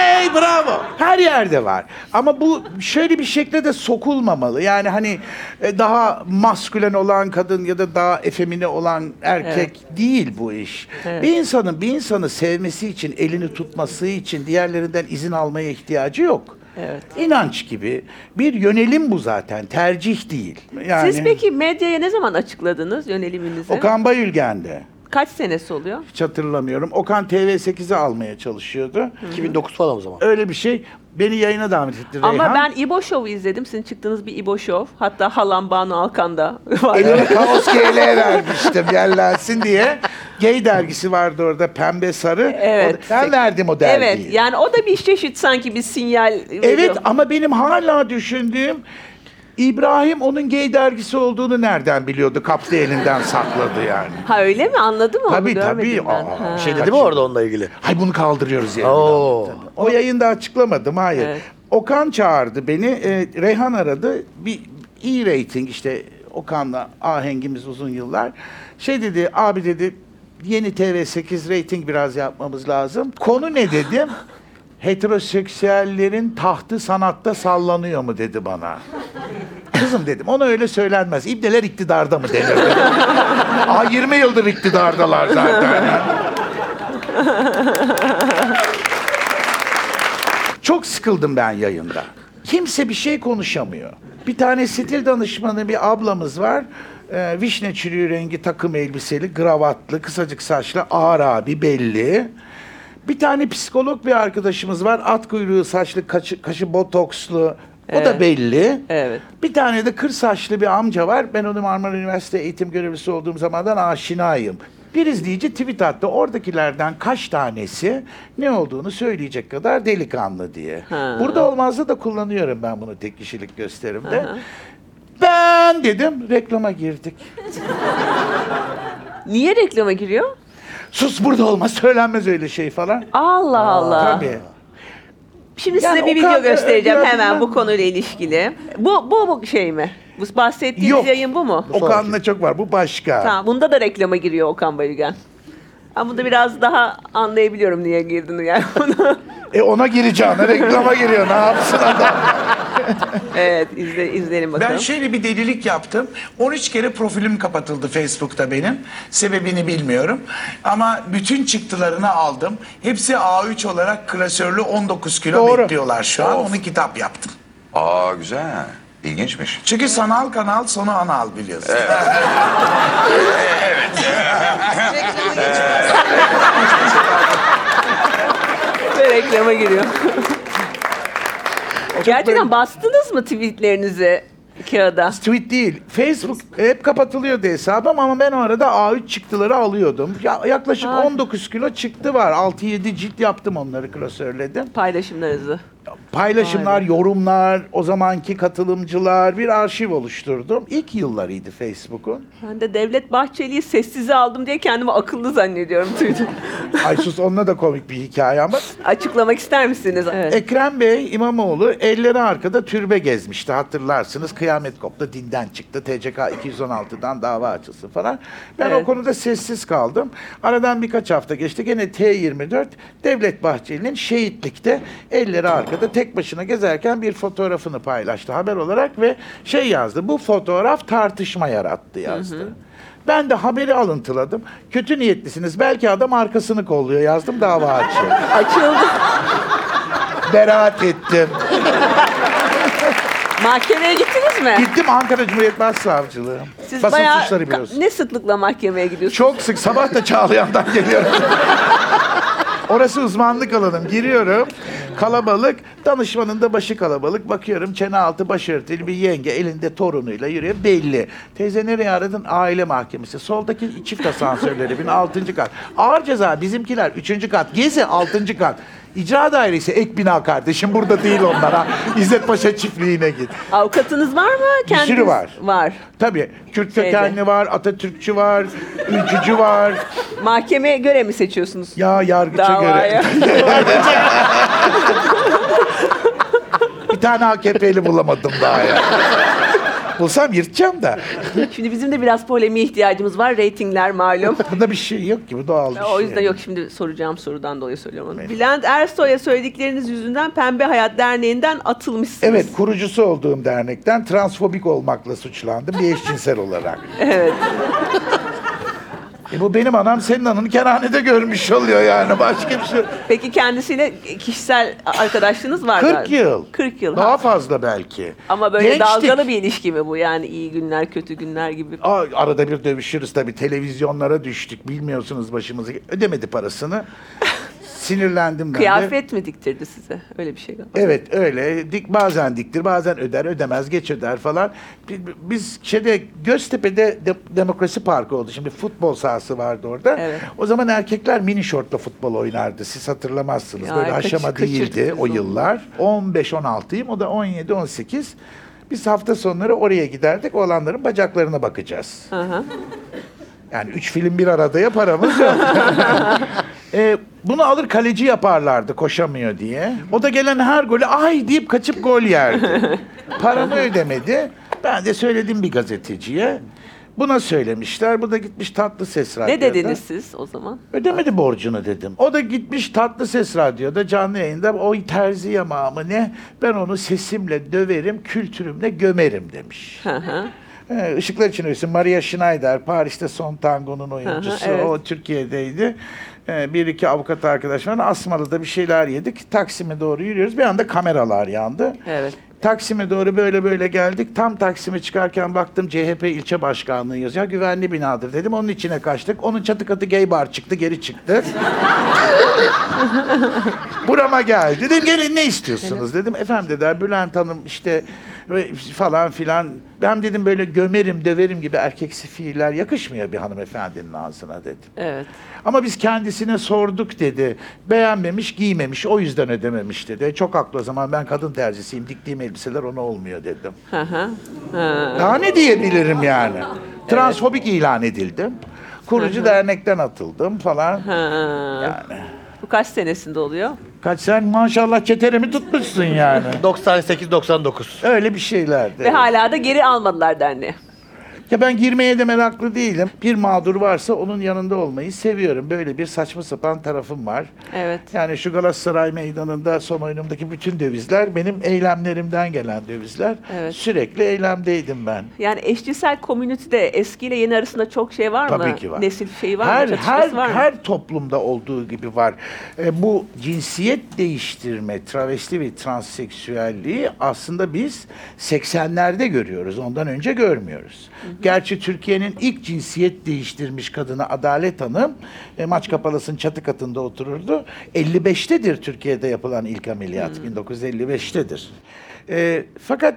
S9: Ey bravo. Her yerde var. Ama bu şöyle bir şekle de sokulmamalı. Yani hani e, daha maskülen olan kadın ya da daha efemine olan erkek değil bu iş.
S11: Evet.
S9: Bir insanın bir insanı sevmesi için, elini tutması için diğerlerinden izin almaya ihtiyacı yok.
S6: Evet.
S9: İnanç gibi bir yönelim bu zaten. Tercih değil. Yani
S6: Siz peki medyaya ne zaman açıkladınız yöneliminizi?
S9: Okan Bayülgen'de.
S6: Kaç senesi oluyor?
S9: Hiç hatırlamıyorum. Okan TV8'i almaya çalışıyordu.
S2: 2009 falan o zaman.
S9: Öyle bir şey. Beni yayına davet etti Reyhan.
S6: Ama ben İbo Show'u izledim. Sizin çıktığınız bir İbo Show. Hatta halam Banu Alkan da <laughs> var.
S9: Elimi kaos GL'ye vermiştim yerlensin diye. Gay dergisi vardı orada pembe sarı.
S6: Evet.
S9: O- ben verdim o dergiyi.
S6: Evet yani o da bir çeşit sanki bir sinyal veriyor.
S9: Evet ama benim hala düşündüğüm İbrahim onun gay dergisi olduğunu nereden biliyordu? Kaptı elinden sakladı yani.
S6: Ha öyle mi anladım onu
S9: Tabii,
S6: görmedim
S9: tabii.
S6: ben.
S9: Aa,
S6: Ha.
S9: şey dedi mi orada
S2: onunla ilgili?
S9: Hay bunu kaldırıyoruz yayından.
S2: Oo.
S9: O yayında açıklamadım hayır.
S2: Evet.
S9: Okan çağırdı beni. e, Reyhan aradı. Bir iyi rating işte Okan'la ahengimiz uzun yıllar. Şey dedi abi dedi yeni TV8 rating biraz yapmamız lazım. Konu ne <laughs> dedim? Heteroseksüellerin tahtı sanatta sallanıyor mu dedi bana. Kızım dedim ona öyle söylenmez. İbneler iktidarda mı denir? dedim. Aa 20 yıldır iktidardalar zaten. Çok sıkıldım ben yayında. Kimse bir şey konuşamıyor. Bir tane stil danışmanı bir ablamız var. Ee, vişne çürüğü rengi takım elbiseli, gravatlı, kısacık saçlı, ağır abi belli. Bir tane psikolog bir arkadaşımız var. At kuyruğu saçlı, kaşı, kaşı botokslu. O da
S6: Evet.
S9: belli.
S6: Evet.
S9: Bir tane de kır saçlı bir amca var. Ben onu Marmara Üniversite eğitim görevlisi olduğum zamandan aşinayım. Bir izleyici tweet attı. Oradakilerden kaç tanesi ne olduğunu söyleyecek kadar delikanlı diye.
S11: Ha.
S9: Burada olmazsa da kullanıyorum ben bunu tek kişilik gösterimde. Ben dedim reklama girdik.
S6: Niye reklama giriyor?
S9: Sus burada olmaz söylenmez öyle şey falan.
S6: Allah Allah.
S9: Tabii.
S6: Şimdi
S9: Yani
S6: size bir
S9: o
S6: video
S9: kadar-
S6: göstereceğim
S9: biraz
S6: hemen
S9: bilmem-
S6: bu konuyla ilgili. Bu bu bu şey mi? Bu bahsettiğiniz
S9: Yok.
S6: yayın bu mu?
S9: Okan'la çok var bu başka.
S6: Tamam bunda da reklama giriyor Okan Bayülgen. Ama bunda biraz daha anlayabiliyorum niye girdiğini yani. <laughs>
S9: E ona gireceğine reklama giriyor ne yapsın adam.
S6: evet izle, izleyelim bakalım.
S11: Ben
S9: şey-
S11: şöyle bir delilik yaptım. 13 kere profilim kapatıldı Facebook'ta benim. Sebebini bilmiyorum. Ama bütün çıktılarını aldım. Hepsi A3 olarak klasörlü 19 kilo
S9: Doğru.
S11: bekliyorlar şu an.
S9: Of.
S11: Onu kitap yaptım.
S12: Aa güzel. İlginçmiş.
S11: Çünkü sanal kanal sonu anal biliyorsun.
S12: Evet.
S6: Ve reklama giriyor. Gerçekten bastınız mı tweetlerinizi kağıda?
S9: Tweet değil. Facebook hep kapatılıyordu hesabım ama ben o arada A3 çıktıları alıyordum. Ya, yaklaşık 19 kilo çıktı var. 6-7 cilt yaptım onları klasörledim.
S6: Paylaşımlarınızı.
S9: Paylaşımlar, yorumlar, o zamanki katılımcılar bir arşiv oluşturdum. İlk yıllarıydı Facebook'un.
S6: Ben de Devlet Bahçeli'yi sessize aldım diye kendimi akıllı zannediyorum <laughs> Twitter.
S9: Ay sus onunla da komik bir hikaye ama.
S6: Açıklamak ister misiniz? E,
S9: Ekrem Bey İmamoğlu elleri arkada türbe gezmişti hatırlarsınız. Kıyamet koptu dinden çıktı. TCK 216'dan dava açılsın falan. Ben o konuda sessiz kaldım. Aradan birkaç hafta geçti. Gene T24 Devlet Bahçeli'nin şehitlikte elleri arkada tek başına gezerken bir fotoğrafını paylaştı haber olarak ve şey yazdı. Bu fotoğraf tartışma yarattı yazdı. Ben de haberi alıntıladım. Kötü niyetlisiniz. Belki adam arkasını kolluyor yazdım dava açıldı.
S6: <laughs> Açıldı.
S9: Beraat ettim.
S6: Mahkemeye gittiniz mi?
S9: Gittim Ankara Cumhuriyet Başsavcılığı.
S6: Siz
S9: Basın
S6: bayağı
S9: suçları
S6: ka-
S9: biliyorsun.
S6: ne sıklıkla mahkemeye gidiyorsunuz?
S9: Çok sık sabah da Çağlayan'dan geliyorum. <laughs> Orası uzmanlık alanım. Giriyorum. Kalabalık. Danışmanın da başı kalabalık. Bakıyorum çene altı başörtülü bir yenge elinde torunuyla yürüyor. Belli. Teyze nereye aradın? Aile mahkemesi. Soldaki çift asansörleri bin altıncı kat. Ağır ceza bizimkiler üçüncü kat. Gezi altıncı kat. İcra dairesi ek bina kardeşim burada değil onlara. İzzet Paşa çiftliğine git.
S6: Avukatınız var mı?
S9: Bir sürü
S6: Kendiniz?
S9: var.
S6: Var.
S9: Tabii. Kürt
S6: Şeyde.
S9: kökenli var, Atatürkçü var, ülkücü var.
S6: Mahkemeye göre mi seçiyorsunuz?
S9: Ya yargıça
S6: Davaya.
S9: <laughs> göre. Bir tane AKP'li bulamadım daha ya. Bulsam yırtacağım da.
S6: Şimdi bizim de biraz polemiğe ihtiyacımız var. Ratingler malum.
S9: Bunda bir şey yok ki bu doğal <laughs> bir
S6: o
S9: şey.
S6: yüzden yok şimdi soracağım sorudan dolayı söylüyorum onu. Bülent Ersoy'a söyledikleriniz yüzünden Pembe Hayat Derneği'nden atılmışsınız.
S9: Evet kurucusu olduğum dernekten transfobik olmakla suçlandım bir eşcinsel olarak.
S6: Evet.
S9: E bu benim anam senin ananı kerhanede görmüş oluyor yani başka bir şey.
S6: Peki kendisiyle kişisel arkadaşlığınız var
S9: 40
S6: galiba.
S9: yıl.
S6: 40 yıl.
S9: Daha
S6: Ha.
S9: fazla belki.
S6: Ama böyle
S9: Gençtik.
S6: dalgalı bir ilişki mi bu? Yani iyi günler, kötü günler gibi.
S9: Aa, arada bir dövüşürüz tabii. Televizyonlara düştük. Bilmiyorsunuz başımızı. Ödemedi parasını. Sinirlendim ben de.
S6: Kıyafet mi diktirdi size? Öyle bir şey galiba.
S9: Evet öyle. Dik bazen diktir, bazen öder, ödemez, geç öder falan. Bi- bi- Biz şeyde Göztepe'de de- Demokrasi Parkı oldu. Şimdi futbol sahası vardı orada. O zaman erkekler mini şortla futbol oynardı. Siz hatırlamazsınız.
S11: Ya,
S9: Böyle
S11: kaçı-
S9: aşama
S11: kaçırdık
S9: değildi
S11: biz
S9: o
S11: onu.
S9: yıllar. 15-16'yım. O da 17-18. Biz hafta sonları oraya giderdik. Olanların bacaklarına bakacağız. Yani üç film bir arada ya paramız yok. Ee, bunu alır kaleci yaparlardı koşamıyor diye. O da gelen her golü ay deyip kaçıp gol yerdi.
S6: <laughs>
S9: Paramı ödemedi. Ben de söyledim bir gazeteciye. Buna söylemişler. Bu da gitmiş tatlı ses radyoda.
S6: Ne dediniz siz o zaman?
S9: Ödemedi borcunu dedim. O da gitmiş tatlı ses radyoda canlı yayında o terzi yamağı mı ne ben onu sesimle döverim kültürümle gömerim demiş. Ee, Işıklar için ölsün Maria Schneider Paris'te Son Tango'nun oyuncusu
S11: evet.
S9: o Türkiye'deydi. Ee, bir iki avukat arkadaş var Asmalı'da bir şeyler yedik Taksim'e doğru yürüyoruz bir anda kameralar yandı.
S6: Evet.
S9: Taksim'e doğru böyle böyle geldik. Tam Taksim'e çıkarken baktım CHP ilçe başkanlığı yazıyor. Güvenli binadır dedim. Onun içine kaçtık. Onun çatı katı gay bar çıktı. Geri çıktı. <laughs> Burama geldi. Dedim gelin ne istiyorsunuz dedim. Efendim dediler Bülent Hanım işte ve falan filan. Ben dedim böyle gömerim döverim gibi erkeksi fiiller yakışmıyor bir hanımefendinin ağzına dedim.
S6: Evet.
S9: Ama biz kendisine sorduk dedi. Beğenmemiş, giymemiş, o yüzden ödememiş dedi. Çok haklı o zaman ben kadın tercisiyim, diktiğim elbiseler ona olmuyor dedim.
S6: Hı hı.
S9: Daha ne diyebilirim yani? Transfobik ilan edildim. Kurucu dernekten atıldım falan.
S6: Yani. Bu kaç senesinde oluyor?
S9: Kaç sen maşallah çeterimi tutmuşsun yani.
S2: 98-99.
S9: Öyle bir şeylerdi.
S6: Ve hala da geri almadılar derneği.
S9: Ya ben girmeye de meraklı değilim. Bir mağdur varsa onun yanında olmayı seviyorum. Böyle bir saçma sapan tarafım var.
S6: Evet.
S9: Yani şu Galatasaray meydanında son oyunumdaki bütün dövizler benim eylemlerimden gelen dövizler.
S6: Evet.
S9: Sürekli eylemdeydim ben.
S6: Yani eşcinsel komünitede eskiyle yeni arasında çok şey var mı?
S9: Tabii ki var.
S6: Nesil şeyi var
S9: her,
S6: mı?
S9: her,
S6: Çatışması var mı?
S9: her toplumda olduğu gibi var. E, bu cinsiyet değiştirme, travesti ve transseksüelliği aslında biz 80'lerde görüyoruz. Ondan önce görmüyoruz. Gerçi Türkiye'nin ilk cinsiyet değiştirmiş kadını Adalet Hanım e, maç kapalısının çatı katında otururdu. 55'tedir Türkiye'de yapılan ilk ameliyat. 1955'tedir. E, fakat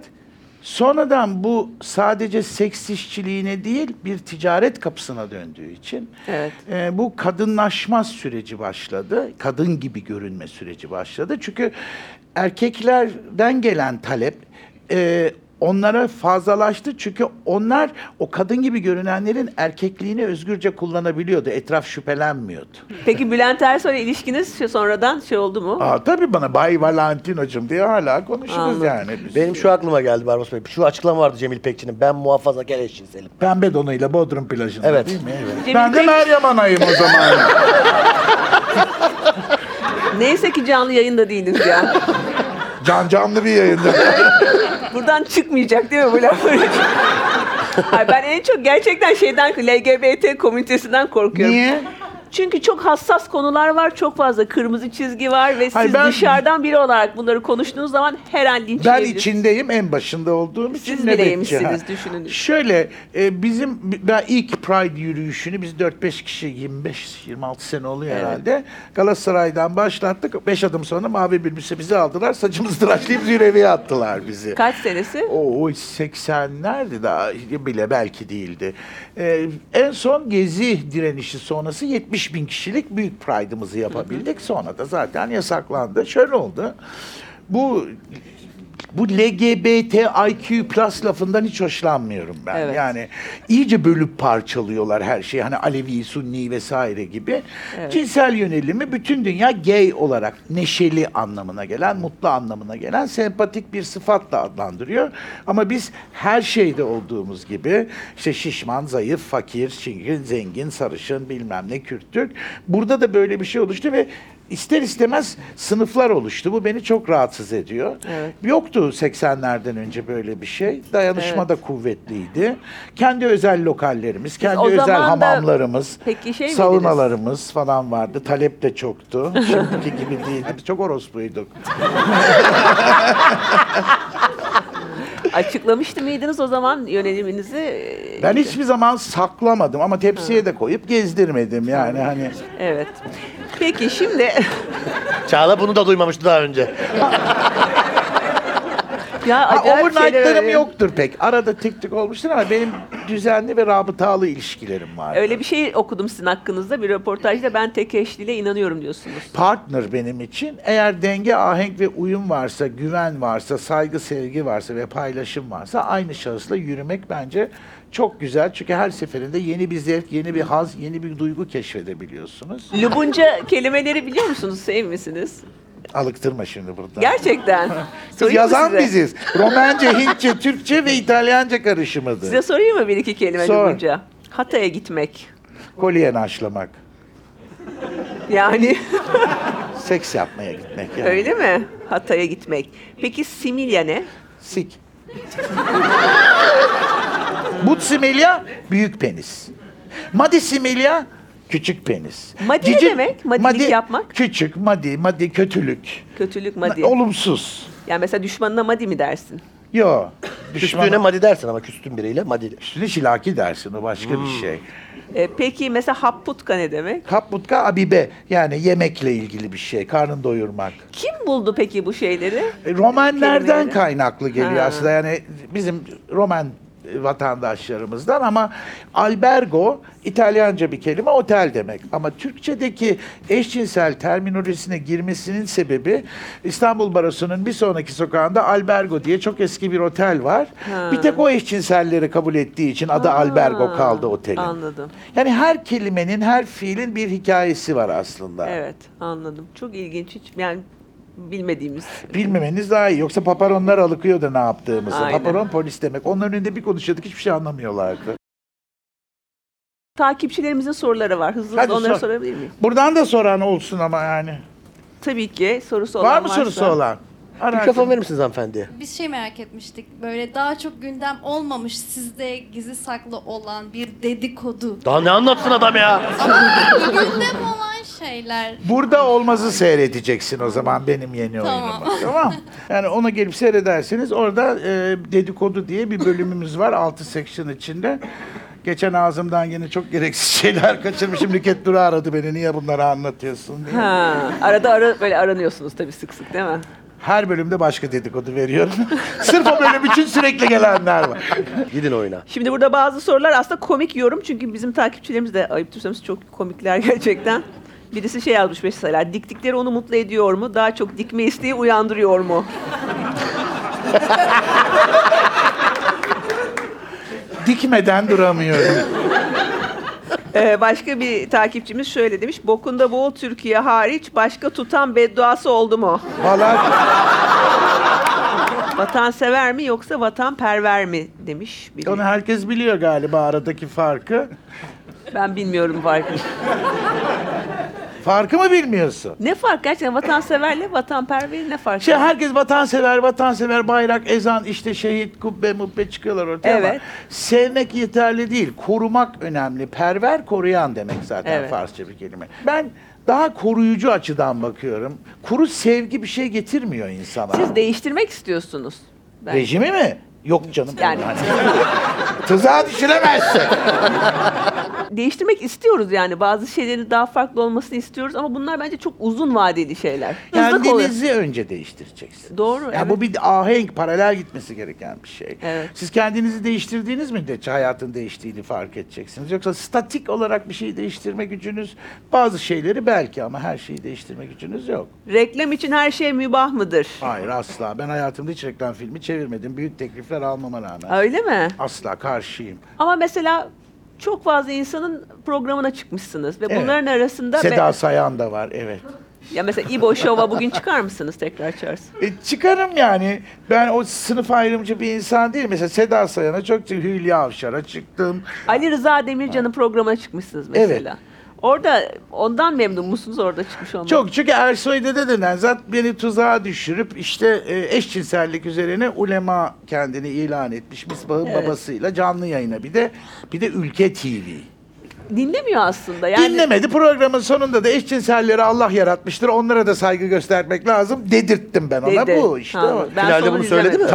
S9: Sonradan bu sadece seks işçiliğine değil bir ticaret kapısına döndüğü için
S6: Evet.
S9: e, bu kadınlaşma süreci başladı. Kadın gibi görünme süreci başladı. Çünkü erkeklerden gelen talep e, onlara fazlalaştı. Çünkü onlar o kadın gibi görünenlerin erkekliğini özgürce kullanabiliyordu. Etraf şüphelenmiyordu.
S6: Peki Bülent Ersoy'la ilişkiniz şu- sonradan şey oldu mu?
S9: Aa, tabii bana Bay Valentino'cum diye hala konuşuruz
S6: Anladım.
S9: yani.
S2: Benim şu aklıma geldi Barbaros Bey. Şu açıklama vardı Cemil Pekçi'nin. Ben muhafazakar eşcinselim.
S9: Pembe donuyla Bodrum plajında
S2: evet.
S9: değil mi? Evet.
S6: Cemil
S9: Ben de
S6: Bey-
S9: Meryem Ana'yım o zaman.
S6: Neyse ki canlı yayında değiliz ya.
S9: <laughs> Can canlı bir yayında.
S6: Buradan çıkmayacak değil mi bu
S9: <laughs>
S6: laf? Ay ben en çok gerçekten şeyden LGBT komünitesinden korkuyorum.
S9: Niye?
S6: Çünkü çok hassas konular var, çok fazla kırmızı çizgi var ve siz
S9: Ay ben-
S6: dışarıdan biri olarak bunları konuştuğunuz zaman her an linç
S9: ben
S6: yiyebilirsiniz.
S9: içindeyim en başında olduğum için.
S6: Siz
S9: nöbetçi,
S6: bileymişsiniz,
S9: ha.
S6: düşünün.
S9: Şöyle e, bizim ben ilk Pride yürüyüşünü biz 4-5 kişi 25-26 sene oluyor
S6: Evet.
S9: herhalde. Galatasaray'dan başlattık. 5 adım sonra mavi bir bizi aldılar. Saçımızı tıraşlayıp züreveye attılar bizi.
S6: Kaç senesi?
S9: O 80'lerdi daha bile belki değildi. Ee, en son Gezi direnişi sonrası 70 bin kişilik büyük pride'ımızı yapabildik. Sonra da zaten yasaklandı. Şöyle oldu. Bu bu LGBTIQ plus lafından hiç hoşlanmıyorum ben.
S6: Evet.
S9: Yani iyice bölüp parçalıyorlar her şeyi. Hani Alevi, Sunni vesaire gibi.
S6: Evet.
S9: Cinsel yönelimi bütün dünya gay olarak neşeli anlamına gelen, mutlu anlamına gelen sempatik bir sıfatla adlandırıyor. Ama biz her şeyde olduğumuz gibi işte şişman, zayıf, fakir, çirkin, zengin, sarışın, bilmem ne, Kürt, Türk. Burada da böyle bir şey oluştu ve ister istemez sınıflar oluştu. Bu beni çok rahatsız ediyor.
S6: Evet.
S9: Yoktu 80'lerden önce böyle bir şey. Dayanışma da kuvvetliydi. Kendi özel lokallerimiz, kendi
S6: o
S9: özel
S6: zaman da-
S9: hamamlarımız,
S6: Peki şey miydiniz?
S9: saunalarımız falan vardı. Talep de çoktu. Şimdiki gibi değil. Biz çok orospuyduk.
S6: Açıklamıştı mıydınız o zaman yöneliminizi? Ee,
S9: Ben hiçbir zaman saklamadım ama tepsiye de koyup gezdirmedim yani hani.
S6: Evet. Peki
S9: <laughs>
S6: şimdi
S2: Çağla bunu da duymamıştı daha önce.
S6: ya
S9: Ha,
S6: acayip şeyler
S9: Overnight'larım
S6: öğreniyorum.
S9: yoktur pek. Arada tek tek olmuştur ama benim düzenli ve rabıtalı ilişkilerim var.
S6: Öyle bir şey okudum sizin hakkınızda bir röportajda ben tek eşliliğe inanıyorum diyorsunuz.
S9: partner benim için. Eğer denge, ahenk ve uyum varsa, güven varsa, saygı, sevgi varsa ve paylaşım varsa aynı şahısla yürümek bence çok güzel. Çünkü her seferinde yeni bir zevk, yeni bir haz, yeni bir duygu keşfedebiliyorsunuz.
S6: Lubunca kelimeleri biliyor musunuz? Sev misiniz?
S9: Alıktırma şimdi buradan.
S6: Gerçekten.
S9: Biz
S6: Sorayım mı
S9: yazan
S6: size?
S9: biziz. Romence, Hintçe, Türkçe ve İtalyanca karışımıdır.
S6: Size sorayım mı bir iki kelime
S9: Sor.
S6: Lubunca? Hatay'a gitmek.
S9: Kolyen aşlamak, <laughs>
S6: Yani
S9: seks yapmaya gitmek. Yani.
S6: öyle mi? Hatay'a gitmek. Peki similya ne?
S9: Sik. <laughs> But simelya büyük penis. Madi simelya küçük penis.
S6: Madi ne demek? Madilik yapmak?
S9: Küçük, madi, madi kötülük.
S6: Kötülük madi.
S9: Olumsuz.
S6: Yani mesela düşmanına madi mi dersin?
S9: Yo.
S2: Küstüğüne madi dersin ama küstün biriyle madi.
S9: Üstüne şilaki dersin o başka bir şey.
S6: Ee, peki mesela happutka ne demek?
S9: Kapmutka abibe yani yemekle ilgili bir şey. Karnın doyurmak.
S6: Kim buldu peki bu şeyleri?
S9: E, Romenlerden
S6: Kelimeleri.
S9: kaynaklı geliyor
S6: Ha.
S9: aslında. Yani bizim Romen e, vatandaşlarımızdan ama albergo İtalyanca bir kelime otel demek. Ama Türkçedeki eşcinsel terminolojisine girmesinin sebebi İstanbul Barosu'nun bir sonraki sokağında albergo diye çok eski bir otel var.
S6: Ha.
S9: Bir tek o eşcinselleri kabul ettiği için adı albergo kaldı otelin.
S6: Anladım.
S9: Yani her kelimenin, her fiilin bir hikayesi var aslında.
S6: Evet anladım. Çok ilginç. Hiç, yani bilmediğimiz.
S9: Bilmemeniz daha iyi. Yoksa paparonlar alıkıyordu ne yaptığımızı.
S6: Aynen.
S9: Paparon polis demek. Onların önünde bir konuşuyorduk hiçbir şey anlamıyorlardı.
S6: Takipçilerimizin soruları var. Hızlı hızlı
S9: Hadi
S6: onları
S9: sor.
S6: sorabilir miyim?
S9: Buradan da soran olsun ama yani.
S6: Tabii ki sorusu olan
S9: Var mı
S6: varsa.
S9: sorusu olan?
S2: Mikrofon verir misiniz hanımefendiye?
S13: Biz şey merak etmiştik. Böyle daha çok gündem olmamış sizde gizli saklı olan bir dedikodu.
S2: Daha ne anlatsın adam ya?
S13: Ama gündem olan şeyler.
S9: Burada olmazı seyredeceksin o zaman benim yeni
S13: Tamam.
S9: oyunumu. Tamam. Yani ona gelip seyredersiniz. Orada e, dedikodu diye bir bölümümüz var 6 section içinde. Geçen ağzımdan yine çok gereksiz şeyler <laughs> kaçırmışım. Nüket Duru aradı beni. Niye bunları anlatıyorsun diye.
S6: Ha, arada ara, böyle aranıyorsunuz tabii sık sık değil mi?
S9: Her bölümde başka dedikodu veriyorum. <laughs> Sırf o bölüm için sürekli gelenler var.
S2: Gidin oyuna.
S6: Şimdi burada bazı sorular aslında komik yorum çünkü bizim takipçilerimiz de ayıptır söylemesi çok komikler <laughs> gerçekten. Birisi şey yazmış mesela diktikleri onu mutlu ediyor mu? Daha çok dikme isteği uyandırıyor mu?
S9: Dikmeden duramıyorum.
S6: Ee, başka bir takipçimiz şöyle demiş. Bokunda bol Türkiye hariç başka tutan bedduası oldu mu?
S9: Valla
S6: Vatansever mi yoksa vatanperver mi demiş. biri.
S9: onu herkes biliyor galiba aradaki farkı.
S6: Ben bilmiyorum farkı.
S9: Farkı mı bilmiyorsun?
S6: Ne fark gerçekten vatanseverle vatanperverin ne farkı?
S9: Şey herkes vatansever, vatansever, bayrak, ezan, işte şehit, kubbe, mubbe çıkıyorlar ortaya ama
S6: Evet.
S9: sevmek yeterli değil. Korumak önemli. Perver koruyan demek zaten
S6: Evet.
S9: Farsça bir kelime. Ben daha koruyucu açıdan bakıyorum. Kuru sevgi bir şey getirmiyor insana.
S6: Siz değiştirmek istiyorsunuz. Ben-
S9: Rejimi mi? Yok canım.
S6: Yani.
S9: Tuzağa düşüremezsin.
S6: Değiştirmek istiyoruz yani. Bazı şeylerin daha farklı olmasını istiyoruz ama bunlar bence çok uzun vadeli şeyler. Hızlı kolay.
S9: Kendinizi önce değiştireceksiniz.
S6: Doğru.
S9: Ya bu bir ahenk, paralel gitmesi gereken bir şey.
S6: Evet.
S9: Siz kendinizi değiştirdiğiniz müddetçe hayatın değiştiğini fark edeceksiniz. Yoksa statik olarak bir şey değiştirme gücünüz bazı şeyleri belki ama her şeyi değiştirme gücünüz yok.
S6: Reklam için her şey mübah mıdır?
S9: Hayır asla. Ben hayatımda hiç reklam filmi çevirmedim. Büyük teklifler almama rağmen.
S6: Öyle mi?
S9: Asla karşıyım.
S6: Ama mesela çok fazla insanın programına çıkmışsınız ve
S9: Evet.
S6: bunların arasında be-
S9: Seda Sayan da var evet.
S6: ya mesela İbo Show'a bugün çıkar mısınız tekrar çağırsın?
S9: E, çıkarım yani. Ben o sınıf ayrımcı bir insan değilim. Mesela Seda Sayan'a çok Hülya Avşar'a çıktım.
S6: Ali Rıza Demircan'ın programına çıkmışsınız mesela. Orada ondan memnun musunuz orada çıkmış olmak?
S9: Çok çünkü Ersoy dede denen zat beni tuzağa düşürüp işte e, eşcinsellik üzerine ulema kendini ilan etmiş Misbah'ın
S6: Evet.
S9: babasıyla canlı yayına bir de bir de Ülke TV.
S6: Dinlemiyor aslında. Yani
S9: Dinlemedi programın sonunda da eşcinselleri Allah yaratmıştır onlara da saygı göstermek lazım dedirttim ben ona
S6: Dedi.
S9: bu işte.
S6: Ha,
S9: o.
S6: ben Finalde sonu bunu söyledi izlemedim. mi?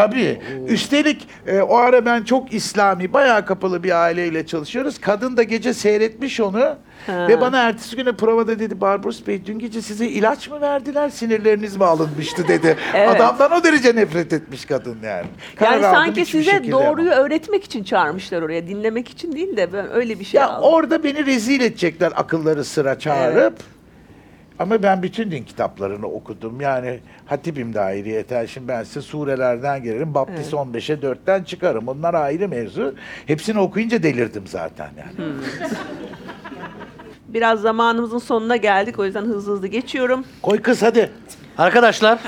S9: Tabii. Üstelik e, o ara ben çok İslami bayağı kapalı bir aileyle çalışıyoruz. Kadın da gece seyretmiş onu.
S6: Ha.
S9: Ve bana ertesi güne provada dedi Barbaros Bey dün gece size ilaç mı verdiler sinirleriniz mi alınmıştı dedi.
S6: <laughs> Evet.
S9: Adamdan o derece nefret etmiş kadın yani. Karar
S6: yani
S9: aldım
S6: sanki
S9: hiçbir
S6: size
S9: şekilde
S6: doğruyu öğretmek için çağırmışlar oraya. Dinlemek için değil de ben öyle bir şey
S9: ya
S6: aldım.
S9: orada beni rezil edecekler akılları sıra çağırıp.
S6: Evet.
S9: Ama ben bütün din kitaplarını okudum. Yani Hatibim de ayrı yeter. Şimdi ben size surelerden gelirim. Baptist 15'e 4'ten çıkarım. Onlar ayrı mevzu. Hepsini okuyunca delirdim zaten yani.
S6: Biraz zamanımızın sonuna geldik o yüzden hızlı hızlı geçiyorum.
S9: Koy kız hadi.
S2: Arkadaşlar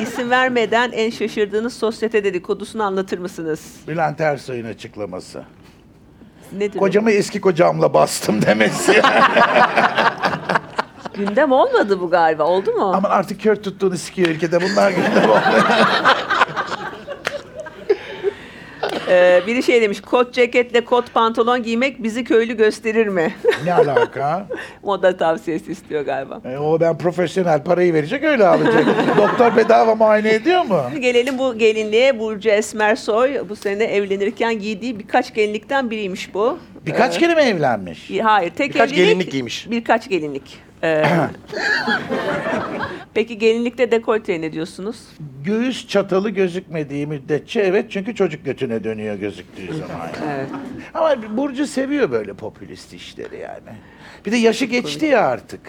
S6: İsim vermeden en şaşırdığınız sosyete dedikodusunu anlatır mısınız?
S9: Bülent Ersoy'un açıklaması.
S6: Nedir? o?
S9: Kocamı eski kocamla bastım demesi.
S6: Gündem olmadı bu galiba oldu mu?
S9: Aman artık kör tuttuğunu sikiyor ülkede. Bunlar gündem olmuyor.
S6: Ee, biri şey demiş kot ceketle kot pantolon giymek bizi köylü gösterir mi? <laughs>
S9: ne alaka?
S6: Moda tavsiyesi istiyor galiba.
S9: E, o ben profesyonel parayı verecek öyle alacak. Doktor bedava muayene ediyor mu?
S6: Şimdi Gelelim bu gelinliğe. Burcu Esmersoy bu sene evlenirken giydiği birkaç gelinlikten biriymiş bu.
S9: Birkaç
S6: Ee,
S9: kere mi evlenmiş?
S6: y- Hayır, tek
S9: Birkaç
S6: evlilik-
S9: gelinlik giymiş.
S6: Birkaç gelinlik. Ee, Peki gelinlikte dekolteye ne diyorsunuz?
S9: Göğüs çatalı gözükmediği müddetçe evet çünkü çocuk götüne dönüyor gözüktüğü zaman.
S6: Evet.
S9: Ama Burcu seviyor böyle popülist işleri yani. Bir de yaşı geçti ya artık.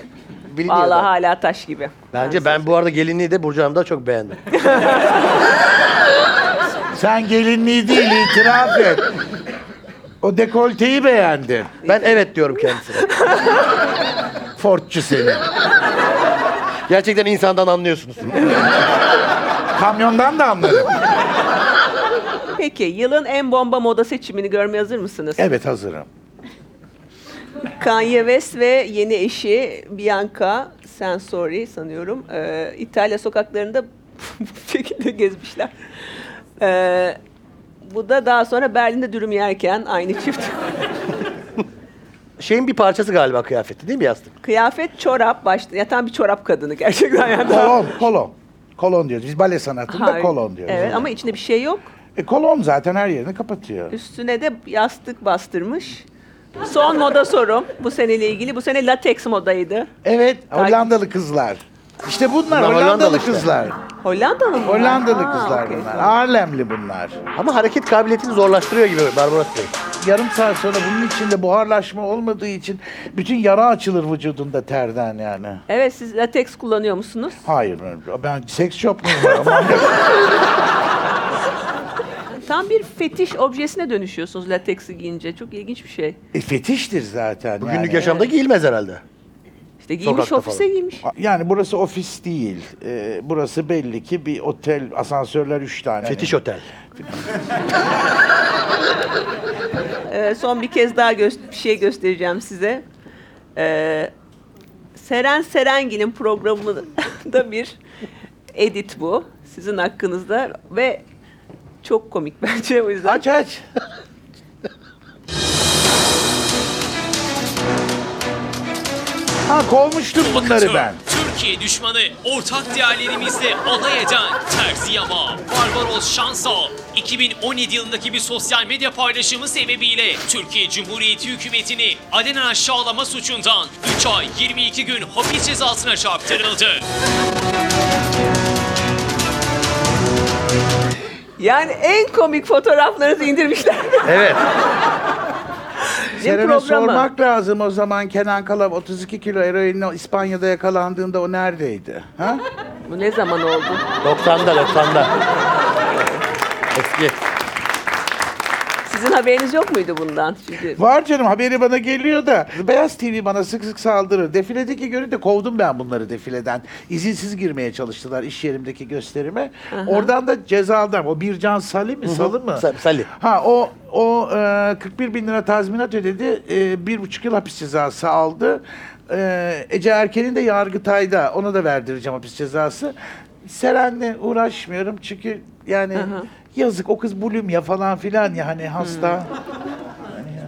S2: Biliniyor
S6: Vallahi
S2: da.
S6: hala taş gibi.
S2: bence ben bu arada gelinliği de Burcu Hanım da çok beğendim.
S9: Sen gelinliği değil itiraf et. O dekolteyi beğendi.
S2: Ben evet diyorum kendisine.
S9: Fordçu seni.
S2: Gerçekten insandan anlıyorsunuz.
S9: Kamyondan da anlarım.
S6: Peki yılın en bomba moda seçimini görmeye hazır mısınız?
S9: Evet hazırım.
S6: Kanye West ve yeni eşi Bianca Sensori sanıyorum. Ee, İtalya sokaklarında <laughs> bu şekilde gezmişler. Ee, bu da daha sonra Berlin'de dürüm yerken aynı çift. <laughs>
S2: Şeyin bir parçası galiba kıyafeti değil mi yastık?
S6: Kıyafet, çorap, başta yatan bir çorap kadını gerçekten. Yani
S9: <laughs>
S6: daha-
S9: Kolon, kolon. Kolon diyoruz. Biz bale sanatında
S6: Hayır.
S9: kolon diyoruz.
S6: Evet ama içinde bir şey yok.
S9: E, kolon zaten her yerini kapatıyor.
S6: Üstüne de yastık bastırmış. Son moda sorum bu seneyle ilgili. Bu sene lateks modaydı.
S9: Evet, Hollandalı kızlar. İşte bunlar
S6: Bunlar
S9: Hollandalı,
S6: Hollandalı işte.
S9: kızlar.
S6: Hollandalı mı?
S9: Hollandalı
S6: Ha,
S9: kızlar
S6: okey,
S9: bunlar.
S6: tamam.
S9: Harlemli bunlar.
S2: Ama hareket kabiliyetini zorlaştırıyor gibi Barbaros Bey.
S9: Yarım saat sonra bunun içinde buharlaşma olmadığı için bütün yara açılır vücudunda terden yani.
S6: Evet siz lateks kullanıyor musunuz?
S9: Hayır ben, ben seks shop muyum? ben? Aman
S6: Tam bir fetiş objesine dönüşüyorsunuz lateksi giyince. Çok ilginç bir şey.
S9: E, fetiştir zaten.
S2: Bugünlük
S9: yani.
S2: yaşamda giyilmez herhalde.
S6: İşte giymiş
S9: Sokakta
S6: ofise
S9: falan.
S6: giymiş.
S9: Yani burası ofis değil. Ee, burası belli ki bir otel, asansörler üç tane.
S2: Fetiş otel.
S6: Ee, son bir kez daha gö- bir şey göstereceğim size. Ee, Seren Serengil'in programında <laughs> bir edit bu. Sizin hakkınızda ve çok komik <laughs> bence o yüzden. Aç
S9: aç. Ha kovmuştum bunları ben.
S14: Türkiye düşmanı ortak değerlerimizle alay eden Terzi Yama, Barbaros Şansal 2017 yılındaki bir sosyal medya paylaşımı sebebiyle Türkiye Cumhuriyeti hükümetini alenen aşağılama suçundan 3 ay 22 gün hapis cezasına çarptırıldı.
S6: Yani en komik fotoğraflarınızı
S9: <laughs>
S6: indirmişler.
S2: Evet.
S9: Seren'e sormak lazım o zaman Kenan Kalav 32 kilo eroinle İspanya'da yakalandığında o neredeydi?
S2: <laughs>
S9: Ha?
S6: Bu ne zaman oldu?
S2: 90'da 90'da. Eski.
S6: Sizin haberiniz yok muydu bundan? Çünkü
S9: Var canım haberi bana geliyor da Beyaz TV bana sık sık saldırır. Defiledeki görüntü kovdum ben bunları defileden. İzinsiz girmeye çalıştılar iş yerimdeki gösterime.
S2: Aha.
S9: Oradan da cezadan o Bircan Salim mi
S2: Hı hı.
S9: Salı mı?
S2: Sa- Salih.
S9: Ha o o e, 41 bin lira tazminat ödedi. E, bir buçuk yıl hapis cezası aldı. E, Ece Erken'in de Yargıtay'da ona da verdireceğim hapis cezası. Seren'le uğraşmıyorum çünkü yani yazık o kız bulüm ya falan filan ya hani hasta.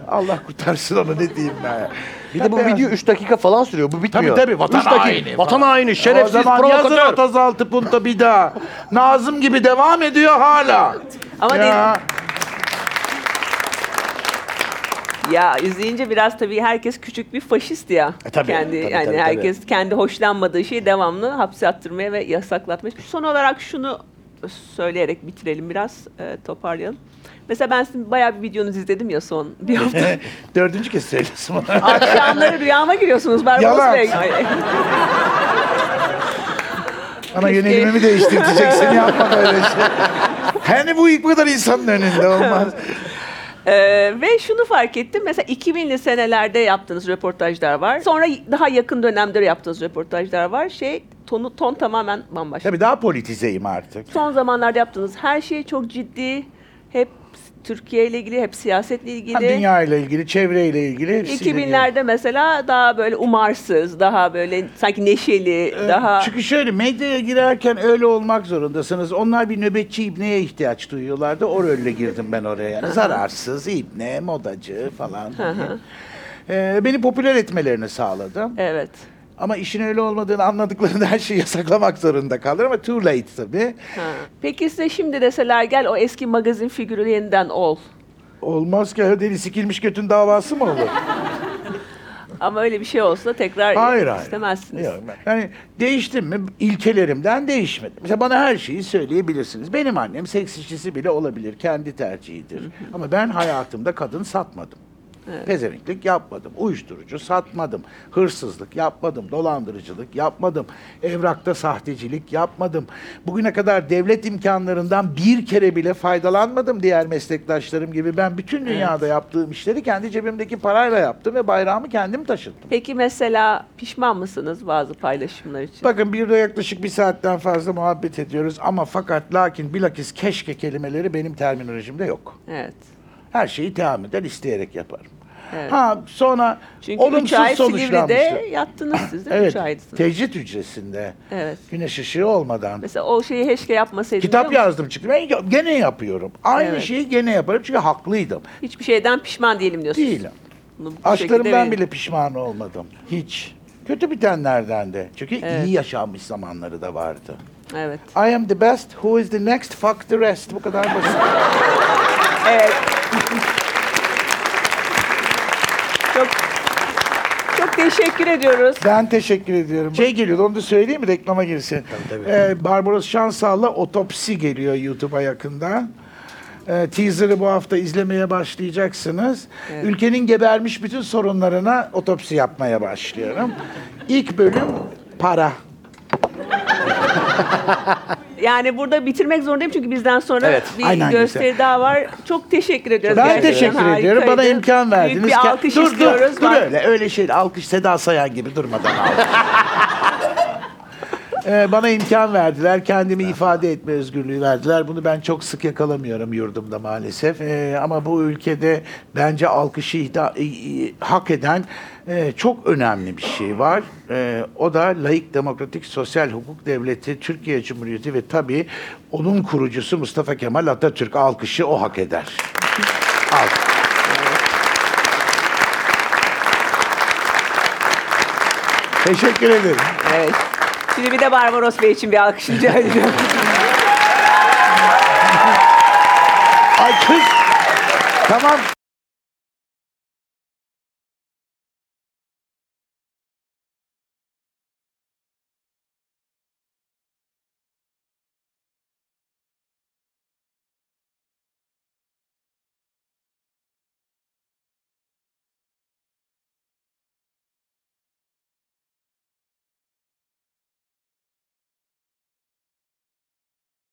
S9: Allah kurtarsın onu ne diyeyim ben.
S2: Bir de bu video 3 dakika falan sürüyor. Bu bitmiyor.
S9: Tabii tabii vatan
S2: Üç dakika.
S9: haini.
S2: Vatan
S9: falan.
S2: haini. Şerefsiz
S9: O zaman yazın
S2: provokatör.
S9: 36 punta bir daha. Nazım gibi devam ediyor hala.
S6: Ama
S9: ya.
S6: ya izleyince biraz tabii herkes küçük bir faşist ya.
S2: E, tabii,
S6: kendi
S2: tabii,
S6: yani
S2: tabii, tabii.
S6: herkes kendi hoşlanmadığı şeyi devamlı hapse attırmaya ve yasaklatmaya. Son olarak şunu söyleyerek bitirelim biraz e, toparlayalım. Mesela ben sizin bayağı bir videonuzu izledim ya son bir hafta.
S2: <laughs>
S9: Dördüncü kez söylüyorsun bunu.
S6: Akşamları rüyama giriyorsunuz
S9: Yalan.
S6: Barbaros Bey. Ay,
S9: Bana yönelimimi değiştirteceksin
S6: <laughs>
S9: yapma böyle şey. Hani bu ilk bu kadar insanın önünde olmaz.
S6: <laughs> Ee, ve şunu fark ettim. Mesela 2000'li senelerde yaptığınız röportajlar var. Sonra daha yakın dönemde yaptığınız röportajlar var. Şey tonu ton tamamen bambaşka.
S9: Tabii daha politizeyim artık.
S6: Son zamanlarda yaptığınız her şey çok ciddi. Hep Türkiye ile ilgili, hep siyasetle ilgili.
S9: Ha, dünya ile ilgili, çevre ile ilgili hepsiyle.
S6: 2000'lerde mesela daha böyle umarsız, daha böyle sanki neşeli,
S9: Ee,
S6: daha
S9: Çünkü şöyle medyaya girerken öyle olmak zorundasınız. Onlar bir nöbetçi ibneye ihtiyaç duyuyorlardı. O rolle girdim ben oraya. Yani zararsız, ibne, modacı falan.
S6: hı.
S9: Ee, beni popüler etmelerini sağladım.
S6: Evet.
S9: Ama işin öyle olmadığını anladıklarında her şeyi <laughs> yasaklamak zorunda kalır ama too late tabii.
S6: Ha. Peki size şimdi deseler gel o eski magazin figürü yeniden ol.
S9: Olmaz ki ya, deli sikilmiş götün davası mı olur?
S6: Ama öyle bir şey olsa tekrar
S9: Hayır, hayır.
S6: istemezsiniz.
S9: Yok, ben- Yani değiştim mi? İlkelerimden değişmedim. Mesela bana her şeyi söyleyebilirsiniz. Benim annem seks işçisi bile olabilir. Kendi tercihidir. Ama ben hayatımda kadın satmadım. Pezevenklik yapmadım. Uyuşturucu satmadım. Hırsızlık yapmadım. Dolandırıcılık yapmadım. Evrakta sahtecilik yapmadım. Bugüne kadar devlet imkanlarından bir kere bile faydalanmadım diğer meslektaşlarım gibi. Ben bütün dünyada yaptığım işleri kendi cebimdeki parayla yaptım ve bayrağımı kendim taşıdım.
S6: Peki mesela pişman mısınız bazı paylaşımlar için?
S9: Bakın bir de yaklaşık bir saatten fazla muhabbet ediyoruz ama fakat lakin bilakis keşke kelimeleri benim terminolojimde yok.
S6: Evet.
S9: Her şeyi teamüden isteyerek yaparım.
S6: evet.
S9: Ha sonra
S6: Çünkü üç
S9: olumsuz
S6: ay Silivri'de
S9: sonuçlanmıştı.
S6: yattınız siz değil mi?
S9: Evet,
S6: Üç aydınız.
S9: tecrit hücresinde
S6: Evet.
S9: güneş ışığı olmadan
S6: Mesela o şeyi heşke yapmasaydınız.
S9: kitap yazdım çıktı. Ben gene yapıyorum. Aynı
S6: Evet.
S9: şeyi gene yaparım çünkü haklıydım.
S6: Hiçbir şeyden pişman değilim diyorsunuz.
S9: Değilim.
S6: Bunu bu şekilde
S9: Aşklarımdan
S6: verin.
S9: bile pişman olmadım. Hiç. Kötü bitenlerden de. Çünkü
S6: Evet.
S9: iyi yaşanmış zamanları da vardı.
S6: Evet.
S9: I am the best, who is the next, fuck the rest. Bu kadar basit.
S6: Evet. çok çok teşekkür ediyoruz.
S9: Ben teşekkür ediyorum. Şey geliyordu onu da söyleyeyim mi reklama girsin.
S2: Tabii, tabii.
S9: Ee, Barbaros Şansal'la Otopsi geliyor YouTube'a yakında. Ee, teaser'ı bu hafta izlemeye başlayacaksınız.
S2: Evet.
S9: Ülkenin gebermiş bütün sorunlarına otopsi yapmaya başlıyorum. İlk bölüm para.
S6: Yani burada bitirmek zorundayım çünkü bizden sonra
S9: Evet.
S6: bir
S9: Aynen
S6: gösteri daha var. Çok teşekkür ediyoruz.
S9: Ben
S6: gerçekten.
S9: teşekkür ediyorum.
S6: Harikaydı.
S9: Bana imkan verdiniz.
S6: Büyük bir
S9: Ke-
S6: alkış
S9: dur,
S6: istiyoruz.
S9: Dur, dur
S6: Bak-
S9: öyle. Öyle şey alkış Seda Sayan gibi
S6: <laughs>
S9: durmadan alkış. Ee, bana imkan verdiler. Kendimi ifade etme özgürlüğü verdiler. Bunu ben çok sık yakalamıyorum yurdumda maalesef. Ee, ama bu ülkede bence alkışı ihda- i- i- hak eden e, çok önemli bir şey var. Ee, o da laik, demokratik, sosyal hukuk devleti, Türkiye Cumhuriyeti ve tabii onun kurucusu Mustafa Kemal Atatürk alkışı o hak eder. Alkış. Teşekkür ederim.
S6: Evet. Şimdi bir de Barbaros Bey için bir alkış rica ediyorum.
S9: Alkış. Tamam.